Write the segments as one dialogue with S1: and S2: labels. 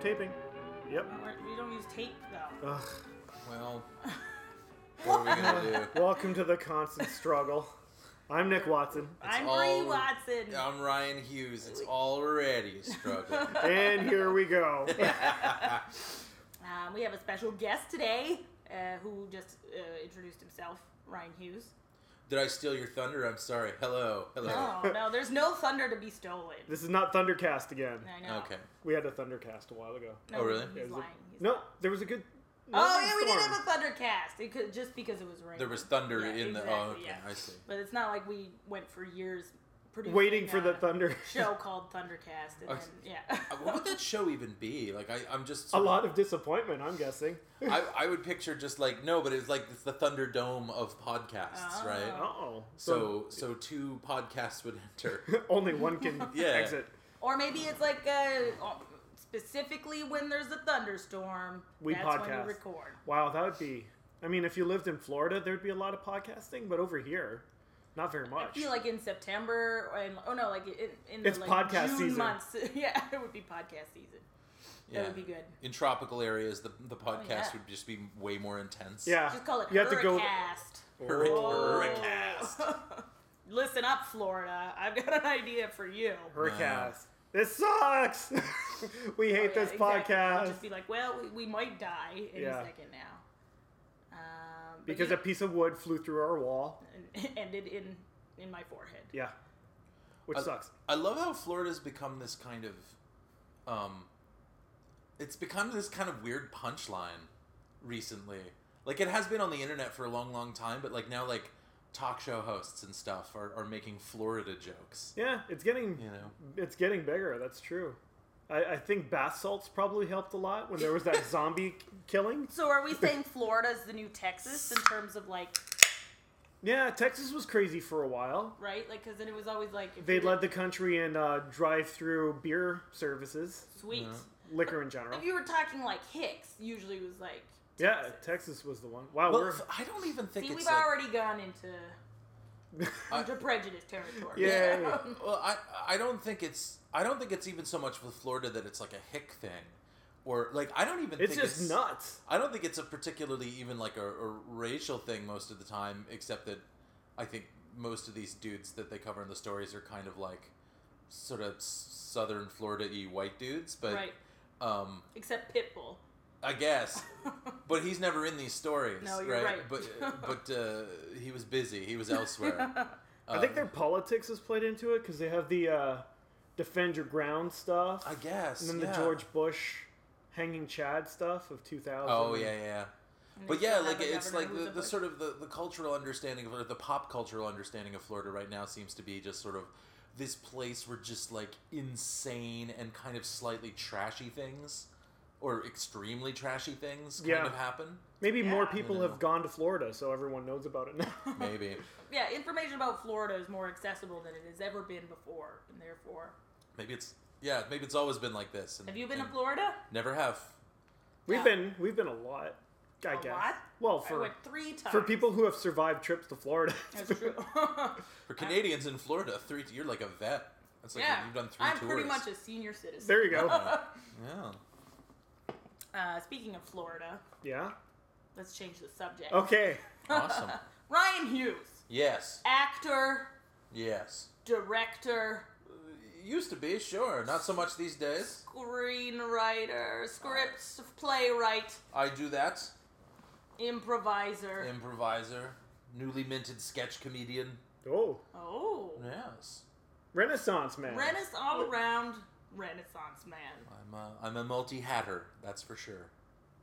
S1: taping. Yep.
S2: We're- We don't use tape though.
S1: Ugh.
S3: Well, what are we gonna do?
S1: Welcome to the constant struggle. I'm Nick Watson,
S2: I'm
S3: all-
S2: Bree Watson.
S3: I'm Ryan Hughes. It's already a struggle.
S1: and here we go.
S2: Um, we have a special guest today uh, who just uh, introduced himself, Ryan Hughes.
S3: Did I steal your thunder? I'm sorry. Hello, hello.
S2: Oh, No, no, there's no thunder to be stolen.
S1: This is not Thundercast again.
S2: I know.
S3: Okay.
S1: We had a Thundercast a while ago.
S2: No,
S3: Oh, really?
S1: It
S2: He's
S1: was a-
S2: lying. He's
S1: no,
S2: lying.
S1: there was a good.
S2: Oh yeah, we did
S1: storm.
S2: have a thundercast. It could, just because it was raining.
S3: There was thunder
S2: Yeah,
S3: in the. Oh,
S2: exactly,
S3: okay.
S2: yeah.
S3: I see.
S2: But it's not like we went for years producing
S1: waiting for the
S2: a
S1: thunder.
S2: show called Thundercast. And
S3: I
S2: then,
S3: s-
S2: yeah.
S3: Uh, What would that show even be? Like, I, I'm just.
S1: a lot of disappointment, I'm guessing.
S3: I, I would picture just like no, but it's like it's the Thunderdome of podcasts,
S2: Oh.
S1: Uh
S3: right?
S1: oh.
S3: So so two podcasts would enter.
S1: only one can
S3: Yeah.
S1: exit.
S2: Or maybe it's like uh, specifically when there's a thunderstorm.
S1: We
S2: that's when
S1: podcast.
S2: you record.
S1: Wow, that would be. I mean, if you lived in Florida, there'd be a lot of podcasting, but over here, not very
S2: I
S1: much.
S2: feel like in September and oh no, like in, in
S1: It's
S2: the like,
S1: podcast
S2: June
S1: season.
S2: months. yeah, it would be podcast season.
S3: Yeah.
S2: That would be good. Oh,
S3: In tropical areas, the the podcast
S2: yeah.
S3: would just be way more intense.
S1: yeah,
S2: Just call it
S1: you have to go.
S2: Hurricast.
S3: Hurric-
S1: Oh.
S3: Hurricast.
S2: Listen up, Florida. I've got an idea for you.
S1: Hurricast. This sucks. we hate
S2: Oh,
S1: this
S2: yeah, exactly. We'll
S1: podcast
S2: Just be like, well, we, we might die any
S1: Yeah.
S2: second now. Um, but
S1: because a
S2: you-
S1: piece of wood flew through our wall.
S2: and- ended in in my forehead.
S1: Yeah, which
S3: Uh,
S1: sucks.
S3: I love how Florida's become this kind of, um, it's become this kind of weird punchline recently. Like it has been on the internet for a long, long time, but like now, like talk show hosts and stuff are, are making Florida jokes.
S1: Yeah, it's getting
S3: You know.
S1: it's getting bigger. That's true. I, I think bath salts probably helped a lot when there was that zombie k- killing.
S2: So are we saying Florida's the new Texas in terms of like
S1: Yeah, Texas was crazy for a while.
S2: right? Like because then it was always like if
S1: They
S2: you were
S1: led the country in uh, drive-through beer services,
S2: sweet.
S3: Yeah.
S1: liquor in general.
S2: If you were talking like Hicks, usually was like
S1: Yeah, Texas was the one. Wow,
S3: Well,
S1: we're
S3: f- I don't even think
S2: see we've
S3: it's like,
S2: already gone into
S3: I-
S2: into prejudice territory.
S1: Uh, Yeah.
S3: well, I I don't think it's I don't think it's even so much with Florida that it's like a hick thing, or like I don't even
S1: it's
S3: think
S1: just
S3: it's
S1: nuts.
S3: I don't think it's a particularly even like a, a racial thing most of the time, except that I think most of these dudes that they cover in the stories are kind of like sort of s- southern Florida y white dudes. But
S2: Right.
S3: um,
S2: Except Pitbull.
S3: I guess, but he's never in these stories,
S2: No, you're right.
S3: But but uh, he was busy. He was elsewhere.
S1: I think
S3: Um,
S1: their politics has played into it because they have the uh, defend your ground stuff,
S3: I guess.
S1: and then
S3: yeah.
S1: the George Bush hanging Chad stuff of 2000.
S3: Oh yeah, yeah.
S2: And
S3: But
S2: they
S3: yeah,
S2: still have
S3: like
S2: a
S3: it's
S2: governor
S3: like
S2: who's
S3: the,
S2: a
S3: the
S2: Bush.
S3: sort of the, the cultural understanding of or the pop cultural understanding of Florida right now seems to be just sort of this place where just like insane and kind of slightly trashy things or extremely trashy things kind
S1: Yeah.
S3: of happen.
S1: Maybe more
S2: Yeah.
S1: people
S3: I know.
S1: have gone to Florida, so everyone knows about it now.
S3: Maybe.
S2: yeah, information about Florida is more accessible than it has ever been before, and therefore,
S3: maybe it's yeah, maybe it's always been like this. and-
S2: have you been to
S3: and
S2: Florida?
S3: Never have.
S1: we've
S2: Yeah.
S1: been we've been a lot. I
S2: A
S1: guess.
S2: lot?
S1: Well,
S2: I
S1: for
S2: went three times.
S1: for people who have survived trips to Florida,
S2: that's true.
S3: For Canadians in Florida, three you're like a vet. That's like
S2: yeah,
S3: you've done 3
S2: I'm
S3: tours.
S2: pretty much a senior citizen.
S1: there you go.
S3: yeah. Yeah.
S2: Uh, speaking of Florida,
S1: Yeah.
S2: let's change the subject.
S1: Okay.
S3: Awesome.
S2: Ryan Hughes,
S3: Yes.
S2: actor,
S3: Yes.
S2: director,
S3: Used to be, sure. Not so much these days.
S2: screenwriter, scripts playwright,
S3: I do that.
S2: improviser.
S3: Improviser, newly minted sketch comedian.
S1: Oh,
S2: oh,
S3: Yes.
S1: Renaissance man.
S2: Renaissance all around Renaissance man.
S3: I'm a, I'm a multi hatter, that's for sure.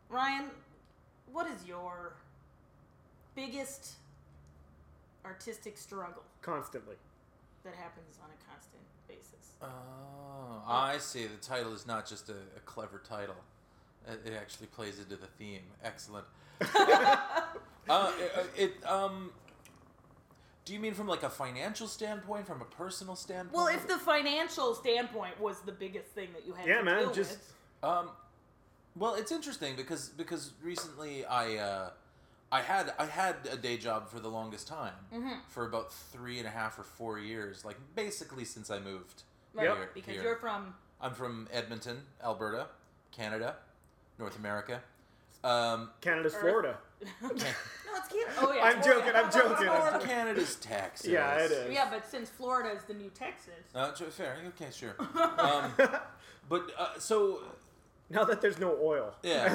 S2: Ryan, what is your biggest artistic struggle
S1: Constantly.
S2: that happens on a constant basis?
S3: Oh, I see. The title is not just a, a clever title, it, it actually plays into the theme. Excellent. uh, it, it, um, do you mean from like a financial standpoint, from a personal standpoint?
S2: Well, if the financial standpoint was the biggest thing that you had
S1: Yeah,
S2: to
S1: man.
S2: deal
S1: Just
S2: with,
S3: Um, well, it's interesting because because recently I uh, I had I had a day job for the longest time
S2: Mm-hmm.
S3: for about three and a half or four years, like basically since I moved
S2: right,
S3: here.
S2: because
S3: here.
S2: you're from
S3: I'm from Edmonton, Alberta, Canada, North America. Um,
S1: Canada's
S2: Earth.
S1: Florida.
S2: no, it's Canada. Oh yeah.
S1: I'm
S2: it's Florida.
S1: joking, I'm joking, I'm
S2: Florida.
S1: joking.
S3: Canada's Texas.
S1: Yeah, it is.
S2: Yeah, but since Florida is the new Texas,
S3: Uh, ju- fair. Okay, sure. Um, but uh, so
S1: Now that there's no oil.
S3: yeah,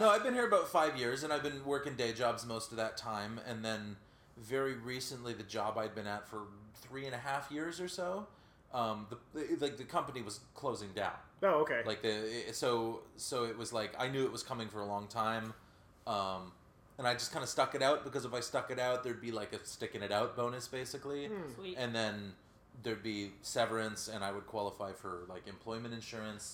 S3: no, I've been here about five years, and I've been working day jobs most of that time, and then very recently, the job I'd been at for three and a half years or so, um, the like the company was closing down.
S1: Oh, okay.
S3: Like the it- so so it was like I knew it was coming for a long time, um, and I just kind of stuck it out because if I stuck it out, there'd be like a sticking it out bonus
S1: Hmm.
S3: basically
S2: sweet.
S3: and then there'd be severance and i would qualify for like employment insurance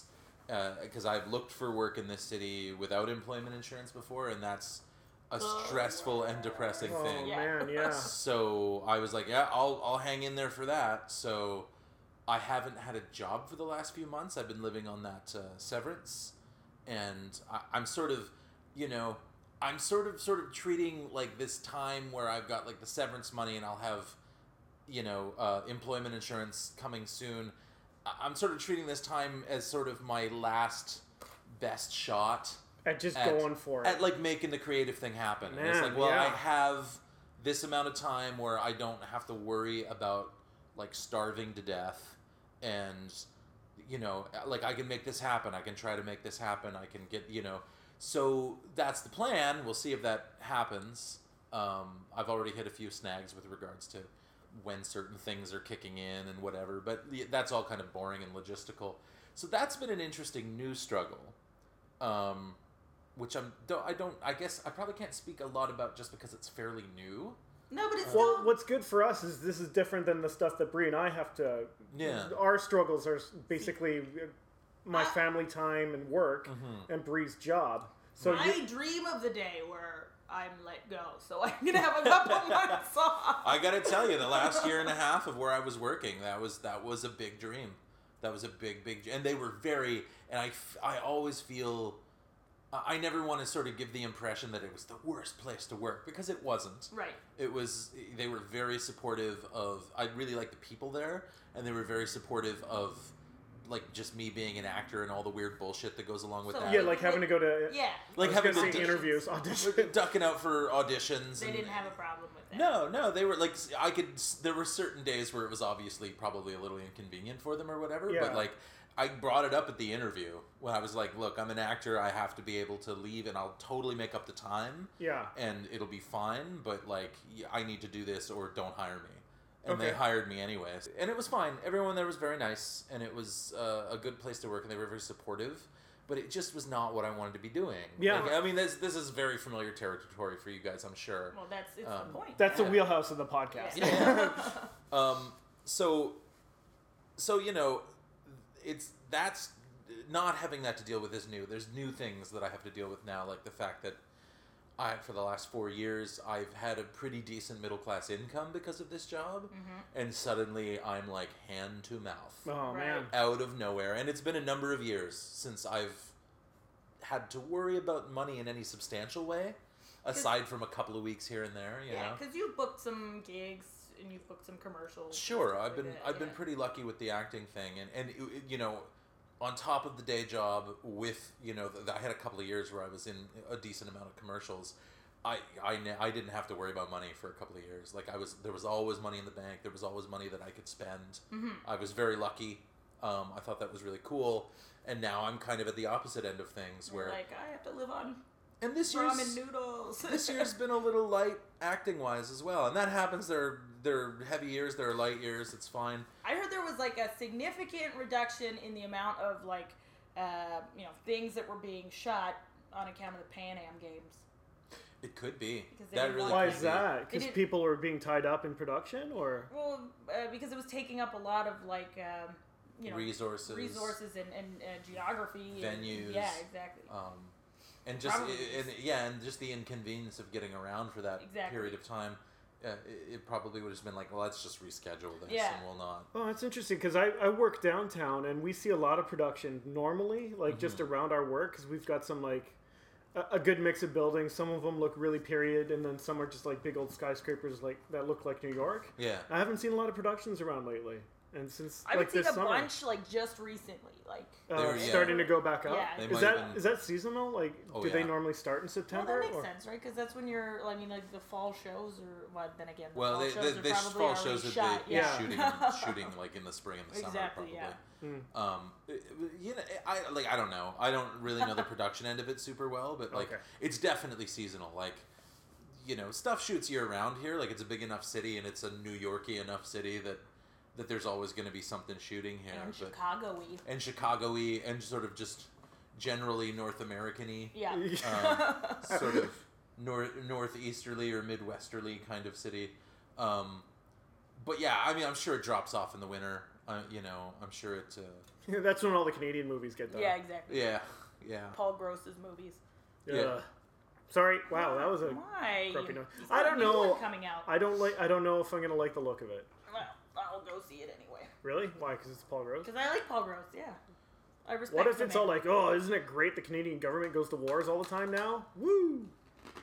S3: because i've looked for work in this city without employment insurance before and that's a
S2: Oh.
S3: stressful and depressing
S1: oh
S3: thing
S2: Yeah.
S1: man, yeah.
S3: so i was like yeah I'll, I'll hang in there for that so i haven't had a job for the last few months i've been living on that uh, severance and I, i'm sort of you know i'm sort of sort of treating like this time where i've got like the severance money and i'll have you know, uh, employment insurance coming soon. I- I'm sort of treating this time as sort of my last best shot
S1: And just
S3: at-
S1: going for it.
S3: at like making the creative thing happen. and it's
S1: Man,
S3: like, well, I
S1: yeah.
S3: have this amount of time where I don't have to worry about like starving to death and you know, like I can make this happen. I can try to make this happen. I can get, you know. So that's the plan. We'll see if that happens. Um, I've already hit a few snags with regards to when certain things are kicking in and whatever, but the- that's all kind of boring and logistical. So that's been an interesting new struggle. Um, which I'm don't I don't I guess I probably can't speak a lot about just because it's fairly new.
S2: no, but it's still.
S1: well, what's good for us is this is different than the stuff that Brie and I have to.
S3: Yeah.
S1: Our struggles are basically uh, my
S2: I-
S1: family time and work,
S3: Mm-hmm.
S1: and Bree's job. So
S2: I
S1: you,
S2: dream of the day where I'm let go, so I'm gonna have a couple months off.
S3: I gotta tell you, the last year and a half of where I was working, that was that was a big dream. That was a big, big, and they were very. And I, f- I always feel, I I never want to sort of give the impression that it was the worst place to work because it wasn't.
S2: Right.
S3: It was. They were very supportive of. I really liked the people there, and they were very supportive of, like just me being an actor and all the weird bullshit that goes along with
S2: So-
S3: that.
S1: yeah, like having to go to
S2: Yeah.
S1: I
S3: Like
S1: was
S3: having
S1: gonna
S3: to
S1: say
S3: do-
S1: interviews, auditions.
S3: ducking out for auditions.
S2: They
S3: and-
S2: didn't have a problem with that.
S3: No, no, they were like I could. There were certain days where it was obviously probably a little inconvenient for them or whatever.
S1: Yeah.
S3: But like I brought it up at the interview when I was like, "Look, I'm an actor. I have to be able to leave, and I'll totally make up the time,
S1: Yeah.
S3: and it'll be fine. But like y- I need to do this, or don't hire me." And they
S1: Okay.
S3: hired me anyway, and it was fine. Everyone there was very nice, and it was uh, a good place to work, and they were very supportive. But it just was not what I wanted to be doing.
S1: Yeah.
S3: Like, I mean, this this is very familiar territory for you guys, I'm sure.
S2: Well, that's it's
S3: Um,
S2: the point.
S1: That's the
S3: Yeah.
S1: wheelhouse of the podcast.
S2: Yeah.
S3: Um, so, so you know, it's that's not having that to deal with is new. There's new things that I have to deal with now, like the fact that I, for the last four years, I've had a pretty decent middle class income because of this job,
S2: Mm-hmm.
S3: and suddenly I'm like hand to mouth
S1: Oh man.
S3: out of nowhere. And it's been a number of years since I've had to worry about money in any substantial way, aside from a couple of weeks here and there. You know,
S2: yeah, because you've booked some gigs and you've booked some commercials.
S3: Sure, I've
S2: like
S3: been
S2: that,
S3: I've been
S2: yeah.
S3: pretty lucky with the acting thing, and and it- it- you know, on top of the day job with you know, th I had a couple of years where I was in a decent amount of commercials. I, I ne- I didn't have to worry about money for a couple of years. Like I was, there was always money in the bank. There was always money that I could spend.
S2: Mm-hmm.
S3: I was very lucky. Um, I thought that was really cool. And now I'm kind of at the opposite end of things, where
S2: like I have to live on
S3: and this year's
S2: ramen noodles.
S3: this year's been a little light acting wise as well, and that happens. There are, there are heavy years, there are light years. It's fine.
S2: I heard there was like a significant reduction in the amount of like uh, you know things that were being shot on account of the Pan Am games.
S3: It could be.
S2: Because they
S3: That
S2: didn't
S3: really
S1: Why
S3: could
S1: is
S3: be.
S1: that?
S2: They
S1: Because
S2: didn't-
S1: people are being tied up in production, or
S2: Well, uh, because it was taking up a lot of like um, you know
S3: Resources.
S2: resources and, and uh, geography, and-
S3: Venues.
S2: yeah, exactly.
S3: Um, and just
S2: Probably.
S3: and yeah, and just the inconvenience of getting around for that
S2: Exactly.
S3: period of time. Uh, it, it probably would have been like, well, let's just reschedule this,
S2: Yeah.
S3: and we'll not.
S1: oh, that's interesting because I, I work downtown and we see a lot of production normally, like just
S3: Mm-hmm.
S1: around our work because we've got some like a, a good mix of buildings. Some of them look really period, and then some are just like big old skyscrapers like that look like New York.
S3: Yeah.
S1: I haven't seen a lot of productions around lately. and since
S2: I've
S1: like
S2: seen
S1: this
S2: a
S1: summer,
S2: bunch like just recently. Like
S1: uh,
S3: They were-
S1: it's
S3: yeah.
S1: starting to go back up.
S2: Yeah. They
S1: Is
S3: might
S1: that
S3: have been-
S1: is that seasonal? Like,
S3: Oh,
S1: do they
S3: yeah.
S1: normally start in
S2: well,
S1: September?
S2: that makes
S1: or-
S2: sense, right? Because that's when you're. I mean, like the fall shows, or well, then again, the
S3: Well,
S2: fall
S3: they,
S2: shows
S3: they,
S2: are
S3: they
S2: probably
S3: fall
S2: already
S3: shows that
S2: shot.
S3: they
S2: yeah.
S3: shooting and shooting like in the spring and the summer
S2: Exactly,
S3: probably.
S2: yeah.
S1: Mm.
S3: Um, it- it- you know, eh, I like I don't know. I don't really know the production end of it super well, but like
S1: Okay.
S3: it's definitely seasonal. Like you know, stuff shoots year round here. Like it's a big enough city and it's a New Yorky enough city that that there's always going to be something shooting here.
S2: and
S3: but,
S2: Chicago-y.
S3: and Chicago-y and sort of just generally North American-y,
S2: Yeah.
S3: Um, sort of nor- northeasterly or midwesterly kind of city. Um, but yeah, I mean, I'm sure it drops off in the winter. Uh, you know, I'm sure it. Uh,
S1: Yeah, that's when all the Canadian movies get done.
S2: yeah, exactly.
S3: yeah, yeah.
S2: Paul Gross's movies.
S3: Yeah.
S1: Ugh. Sorry. Wow, that was a.
S2: Why?
S1: grumpy note.
S2: He's
S1: I
S2: got a
S1: don't
S2: new one
S1: know.
S2: Coming out.
S1: I don't like. I don't know if I'm gonna like the look of it.
S2: Well, I'll go see it anyway.
S1: Really? Why? Because it's Paul Rose.
S2: Because I like Paul Gross. Yeah. I respect.
S1: What if
S2: the
S1: it's
S2: man.
S1: all like, oh, isn't it great the Canadian government goes to wars all the time now? Woo!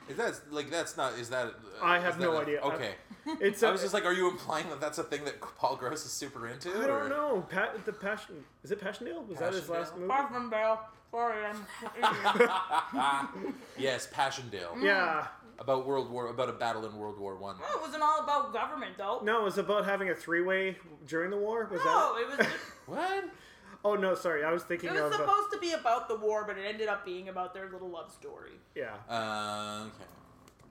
S3: Is that like that's not? Is that? Uh,
S1: I have
S3: is that
S1: no
S3: a-
S1: idea. I-
S3: Okay,
S1: It's
S3: I
S1: a-
S3: was just like, are you implying that that's a thing that Paul Gross is super into?
S1: I don't
S3: or-
S1: know. Pat, the passion is it Passchendaele? Was that his last
S3: Passchendaele?
S1: movie?
S2: Bathroom bell. Sorry, I'm.
S3: yes, Passchendaele
S1: Yeah.
S2: Mm.
S3: about World War about a battle in World War One.
S2: Well, it wasn't all about government, though.
S1: No, it was about having a three-way during the war. Was
S2: No,
S1: that?
S2: it was.
S3: What?
S1: Oh no, sorry. I was
S2: It
S1: thinking
S2: was
S1: of. uh,
S2: supposed to be about the war, but it ended up being about their little love story.
S1: yeah.
S3: Uh, okay.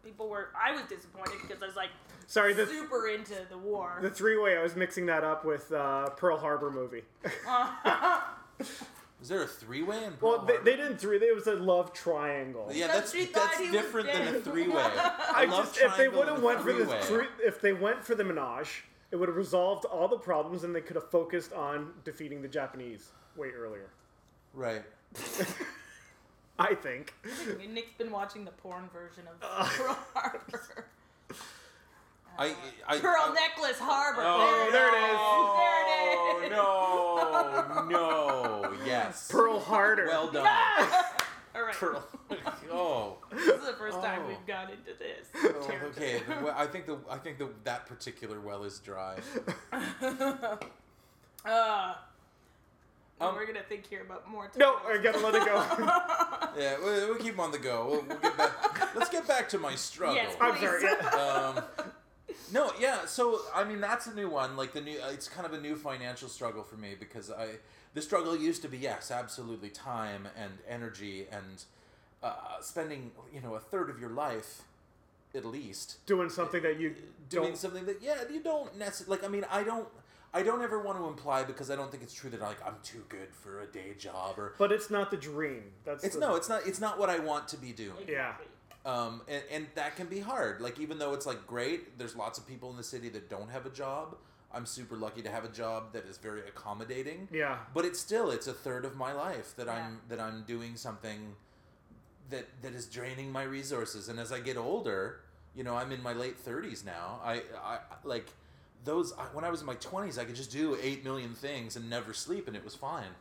S2: People were. I was disappointed because I was like
S1: Sorry. The,
S2: super into the war.
S1: the three-way. I was mixing that up with uh, Pearl Harbor movie.
S3: Is there a three-way in Pearl
S1: well, they,
S3: Harbor?
S1: they didn't three. It was a love triangle.
S3: Yeah,
S2: No,
S3: that's
S2: she thought
S3: that's
S2: he was
S3: different than a
S2: dead.
S3: three-way.
S1: I
S3: I love
S1: just if they
S3: triangle
S1: would have
S3: and a
S1: went for the
S3: three-way.
S1: three, if they went for the menage, it would have resolved all the problems, and they could have focused on defeating the Japanese way earlier.
S3: right?
S1: I think.
S2: Nick's been watching the porn version of
S1: Uh.
S2: Pearl Harbor.
S3: I, I,
S2: Pearl
S3: I,
S2: Necklace Harbor.
S1: Oh, there it is.
S2: There it is.
S3: Oh no, no, yes.
S1: Pearl Harder.
S3: Well done.
S2: All right.
S3: Pearl. Oh.
S2: This is the first time
S3: Oh.
S2: we've gone into this.
S3: Oh, okay, the well, I think the I think the, that particular well is dry.
S2: Uh,
S3: Um,
S2: we're gonna think here about more.
S1: no, I
S2: tomatoes.
S1: gotta let it go.
S3: Yeah, we'll, we'll keep on the go. We'll, we'll get back. Let's get back to my struggle.
S2: Yes,
S1: I'm
S2: please.
S1: sorry. yeah.
S3: um, no, yeah. So I mean, that's a new one. Like the new, uh, it's kind of a new financial struggle for me because I the struggle used to be yes, absolutely, time and energy and uh, spending you know a third of your life at least
S1: Doing something that you
S3: doing
S1: don't.
S3: something that yeah you don't necessarily like i mean i don't i don't ever want to imply because i don't think it's true that like i'm too good for a day job or
S1: But it's not the dream. That's
S3: it's
S1: the,
S3: no it's not it's not what i want to be doing
S1: Yeah.
S3: um, and, and that can be hard. Like even though it's like great, there's lots of people in the city that don't have a job. I'm super lucky to have a job that is very accommodating.
S1: Yeah.
S3: But it's still it's a third of my life that I'm
S2: Yeah.
S3: that I'm doing something that that is draining my resources. And as I get older, you know, I'm in my late 30s now. I I like those I, when I was in my 20s, I could just do 8 million things and never sleep and it was fine.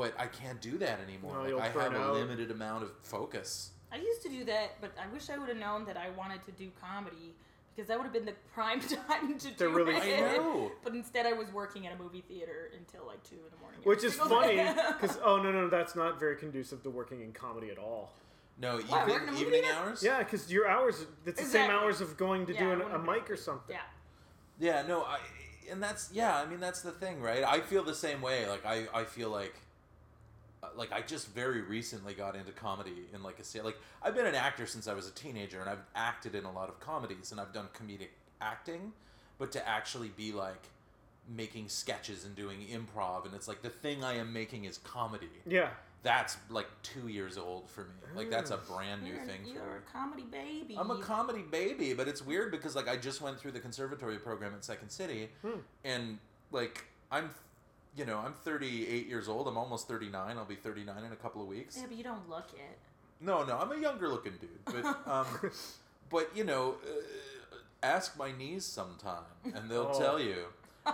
S3: But I can't do that anymore.
S1: No,
S3: Like,
S1: you'll
S3: I
S1: burn
S3: have a
S1: out.
S3: limited amount of focus.
S2: I used to do that, but I wish I would have known that I wanted to do comedy because that would have been the prime time to do
S1: really
S2: it.
S1: I
S3: know.
S2: But instead, I was working at a movie theater until like two in the morning.
S1: Which is
S2: Every
S1: funny
S2: single day.
S1: because oh no no that's not very conducive to working in comedy at all.
S3: No,
S2: Why, we're in
S3: evening,
S2: a movie
S3: evening
S2: theater?
S3: hours?
S1: Yeah, because your hours it's the same
S2: Exactly.
S1: hours of going to
S2: Yeah,
S1: do
S2: I
S1: an, a
S2: wouldn't
S1: mic
S2: be-
S1: or something.
S2: yeah.
S3: Yeah, no, I and that's yeah, I mean that's the thing, right? I feel the same way. Like I I feel like uh, like I just very recently got into comedy in like a se- like I've been an actor since I was a teenager and I've acted in a lot of comedies and I've done comedic acting, but to actually be like making sketches and doing improv and it's like the thing I am making is comedy.
S1: Yeah.
S3: That's like 2 years old for me. Like that's a brand new
S2: You're,
S3: thing for
S2: you're
S3: me.
S2: a comedy baby.
S3: I'm a comedy baby, but it's weird because like I just went through the conservatory program at Second City, and like I'm, you know, I'm 38 years old. I'm almost 39. I'll be 39 in a couple of weeks.
S2: Yeah, but you don't look it.
S3: No, no, I'm a younger looking dude, but um, but you know, uh, ask my knees sometime, and they'll
S1: Oh.
S3: tell you.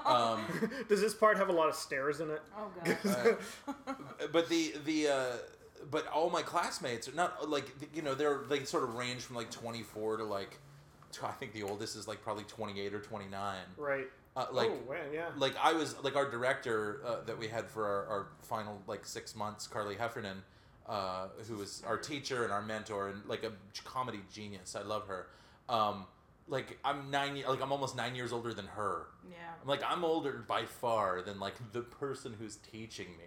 S3: Um,
S1: Does this part have a lot of stairs in it?
S2: Oh god.
S3: Uh, but the the uh, but all my classmates are not like you know they're they sort of range from like 24 to like to, I think the oldest is like probably 28 or 29
S1: Right.
S3: Uh, like
S1: oh man, yeah.
S3: like I was like our director uh, that we had for our, our final like six months, Carly Heffernan, uh, who was our teacher and our mentor and like a comedy genius. I love her. Um, like I'm nine, ye- like I'm almost nine years older than her.
S2: Yeah.
S3: I'm like I'm older by far than like the person who's teaching me,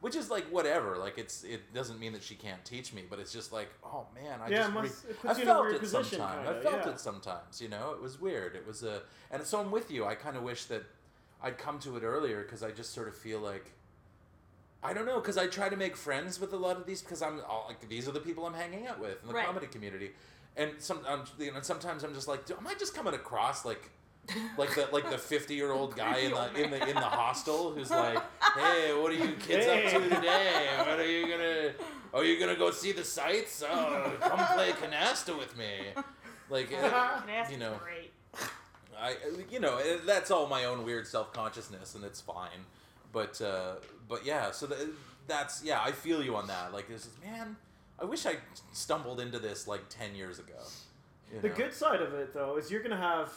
S3: which is like whatever. Like it's it doesn't mean that she can't teach me, but it's just like oh man, I
S1: Yeah,
S3: just
S1: it
S3: re-
S1: must- it
S3: I
S1: puts you in a
S3: felt
S1: weird
S3: it
S1: position,
S3: sometimes. I
S1: kinda,
S3: felt
S1: yeah.
S3: it sometimes. You know, it was weird. It was a and so I'm with you. I kind of wish that I'd come to it earlier because I just sort of feel like. I don't know because I try to make friends with a lot of these because I'm all, like these are the people I'm hanging out with in the
S2: Right.
S3: comedy community, and some I'm, you know, sometimes I'm just like, "Dude, am I just coming across like like the like the fifty year old guy in
S2: Creepy old
S3: the in the in the
S2: man.
S3: hostel who's like, hey, what are you kids up to
S1: Hey.
S3: today? What are you gonna? Are you gonna go see the sights? Oh, come play canasta with me. Like, uh,
S2: Canasta's
S3: You know.
S2: great.
S3: I you know uh, that's all my own weird self consciousness, and it's fine. But uh, but yeah, so th that's yeah, I feel you on that. Like, this is man, I wish I stumbled into this like ten years ago. you
S1: The
S3: know?
S1: good side of it though is you're gonna have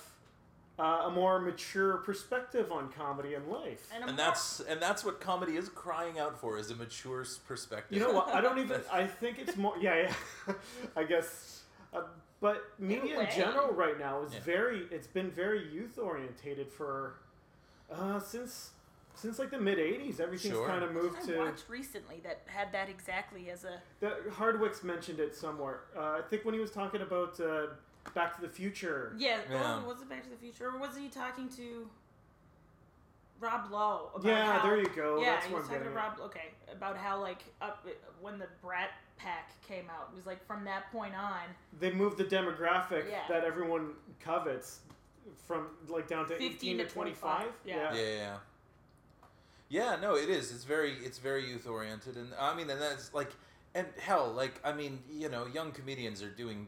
S1: uh, a more mature perspective on comedy and life.
S2: And, I'm
S3: and that's and that's what comedy is crying out for is a mature s- perspective.
S1: You know what? I don't even. I think it's more. Yeah, yeah. I guess. Uh, but media in
S2: way.
S1: general right now is
S3: Yeah.
S1: very. It's been very youth orientated for uh, since since like the mid '80s. Everything's
S3: Sure.
S1: kind of moved
S2: I
S1: to.
S2: watched recently that had that exactly as a
S1: The, Hardwick's mentioned it somewhere. Uh, I think when he was talking about uh, Back to the Future.
S2: yeah.
S3: Yeah.
S2: oh, was it Back to the Future or was he talking to Rob Lowe? About
S1: Yeah,
S2: how,
S1: there you go.
S2: yeah,
S1: That's
S2: he
S1: what
S2: was
S1: I'm
S2: talking
S1: getting.
S2: to
S1: at.
S2: Rob. Okay, about how like up when the Brat Pack came out, it was like from that point on,
S1: They moved the demographic
S2: Yeah.
S1: that everyone covets from like down to
S2: 15
S1: 18
S2: to
S1: to 25.
S2: 25, yeah.
S3: Yeah, yeah, yeah. Yeah, no, it is. It's very it's very youth oriented, and I mean, and that's like, and hell, like I mean, you know, young comedians are doing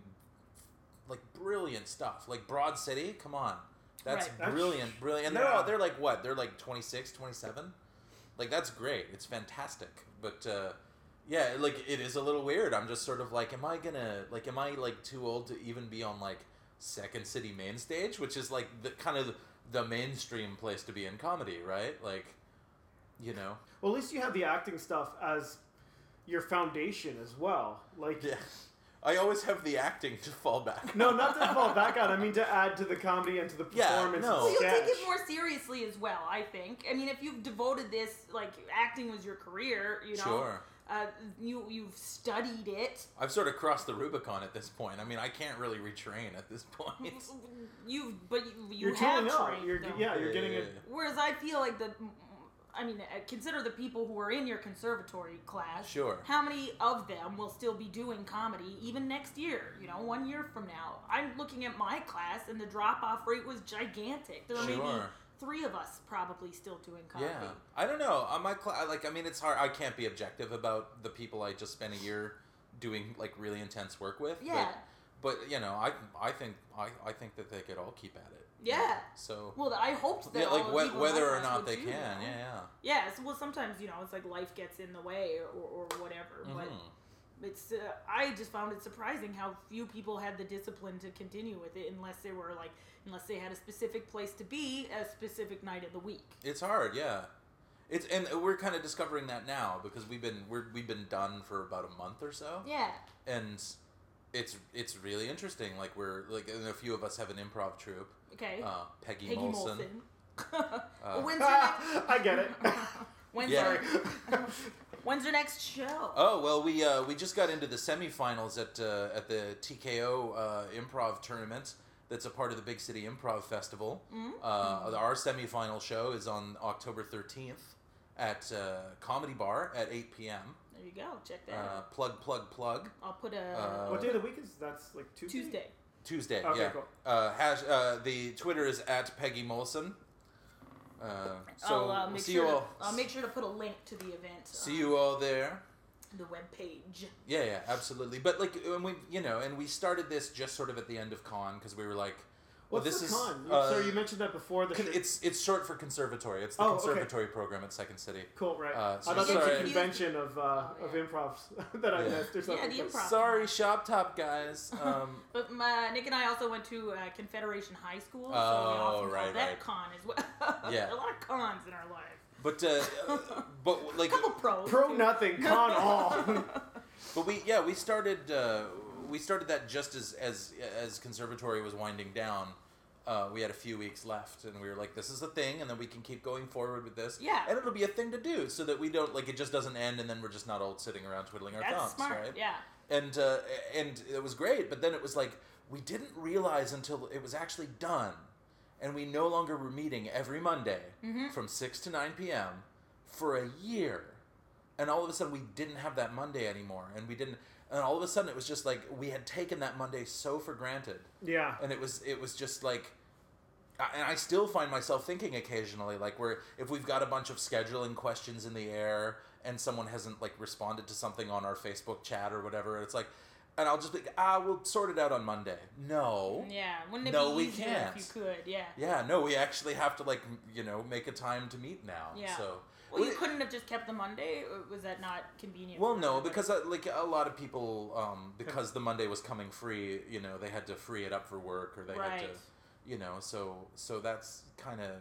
S3: like brilliant stuff. Like Broad City, come on, that's
S2: Right.
S1: That's-
S3: brilliant, brilliant. And they're
S1: yeah.
S3: all they're like what? They're like 26, 27? Like that's great. It's fantastic, but. uh yeah, like it is a little weird. I'm just sort of like, am I gonna like, am I like too old to even be on like Second City main stage, which is like the kind of the mainstream place to be in comedy, right? Like, you know,
S1: Well, at least you have the acting stuff as your foundation as well. Like,
S3: yeah. I always have the acting to fall back.
S1: no, not to fall back on. I mean to add to the comedy and to the
S3: Yeah,
S1: performance.
S3: no.
S2: So
S1: and
S2: you'll
S1: sketch.
S2: take it more seriously as well, I think. I mean, if you've devoted this, like acting was your career, you know,
S3: Sure.
S2: uh, you you've studied it,
S3: I've sort of crossed the Rubicon at this point. I mean, I can't really retrain at this point.
S2: you've but you, you
S1: You're
S2: have
S1: tooling up.
S2: trained
S1: You're
S2: them.
S1: yeah. You're getting it.
S2: Whereas I feel like the, I mean, uh, consider the people who are in your conservatory class.
S3: Sure.
S2: How many of them will still be doing comedy even next year? You know, one year from now. I'm looking at my class, and the drop off rate was gigantic. There were maybe
S3: Sure.
S2: three of us probably still doing comedy.
S3: Yeah, I don't know. Uh, My cla- like, I mean, it's hard. I can't be objective about the people I just spent a year doing like really intense work with. but-
S2: Yeah.
S3: But, you know, I I think I, I think that they could all keep at it.
S2: Yeah.
S3: So
S2: Well, I hoped that
S3: yeah,
S2: all
S3: like
S2: the
S3: whe-
S2: people in my
S3: whether or
S2: class
S3: not
S2: would
S3: they
S2: do
S3: can.
S2: that.
S3: Yeah, yeah.
S2: Yeah. So, well, sometimes you know it's like life gets in the way or, or whatever.
S3: Mhm.
S2: But it's uh, I just found it surprising how few people had the discipline to continue with it unless they were like unless they had a specific place to be a specific night of the week.
S3: It's hard, yeah. It's and we're kind of discovering that now because we've been we're, we've been done for about a month or so.
S2: Yeah.
S3: And it's it's really interesting. Like we're like and a few of us have an improv troupe.
S2: Okay.
S3: Uh, Peggy,
S2: Peggy
S3: Molson. Uh,
S2: Molson. Well, when's your next?
S1: I get it.
S2: When's,
S3: Yeah.
S2: your, when's your next show?
S3: Oh well, we uh, we just got into the semifinals at uh, at the TKO uh, Improv Tournament. That's a part of the Big City Improv Festival.
S2: Hmm? Mm-hmm.
S3: Uh, our semifinal show is on October thirteenth at uh, Comedy Bar at eight p.m.
S2: There you go. Check that.
S3: Uh,
S2: out.
S3: plug, plug, plug.
S2: I'll put a
S3: uh,
S1: what day of the week is that's like Tuesday?
S2: Tuesday.
S3: Tuesday.
S1: Okay,
S3: yeah.
S1: cool.
S3: Uh, hash, uh, the Twitter is at Peggy Molson. Uh, so
S2: I'll uh,
S3: we'll
S2: make
S3: see
S2: sure
S3: you
S2: to,
S3: all.
S2: I'll make sure to put a link to the event.
S3: see
S2: on
S3: you all there.
S2: The webpage.
S3: Yeah, yeah, absolutely. But like, and we, you know, and we started this just sort of at the end of con because we were like, Well,
S1: What's
S3: this
S1: the
S3: is
S1: con?
S3: uh,
S1: so you mentioned that before. The
S3: con-
S1: tri-
S3: it's it's short for conservatory. It's the
S1: Oh, okay.
S3: conservatory program at Second City.
S1: cool, right?
S3: uh, so
S1: I thought that was a
S3: sorry.
S1: convention of uh,
S2: Oh,
S1: of
S2: yeah.
S1: improvs that I
S3: Yeah.
S1: missed or something.
S2: the improv.
S3: Sorry, shop top guys. Um,
S2: But my, Nick and I also went to uh, Confederation High School, so we
S3: Oh,
S2: often call
S3: right,
S2: that
S3: right.
S2: con as well.
S3: Yeah.
S2: a lot of cons in our life.
S3: but uh, but
S2: A
S3: like
S2: couple pros.
S1: Pro
S2: too.
S1: nothing, con all.
S3: But we yeah we started uh, we started that just as as as conservatory was winding down. Uh, we had a few weeks left, and we were like, "This is a thing, and then we can keep going forward with this,
S2: Yeah.
S3: and it'll be a thing to do, so that we don't like it just doesn't end, and then we're just not all sitting around twiddling our
S2: That's
S3: thumbs,
S2: smart.
S3: right?
S2: Yeah.
S3: And uh, and it was great, but then it was like we didn't realize until it was actually done, and we no longer were meeting every Monday from six to nine p.m. for a year and all of a sudden we didn't have that Monday anymore, and we didn't, and all of a sudden it was just like we had taken that Monday so for granted,
S1: yeah.
S3: and it was it was just like, I- and I still find myself thinking occasionally like where if we've got a bunch of scheduling questions in the air and someone hasn't like responded to something on our Facebook chat or whatever, it's like, and I'll just be ah we'll sort it out on Monday. No.
S2: Yeah. Wouldn't it
S3: No,
S2: be
S3: we
S2: easier
S3: can't.
S2: if you could? Yeah.
S3: Yeah, no, we actually have to like m- you know make a time to meet now.
S2: Yeah.
S3: So
S2: Well, you
S3: Well,
S2: couldn't have just kept the Monday. Or was that not convenient?
S3: Well,
S2: for
S3: no,
S2: everybody?
S3: because uh, like a lot of people, um, because the Monday was coming free, you know, they had to free it up for work, or they had to,
S2: Right.
S3: you know, so so that's kind of.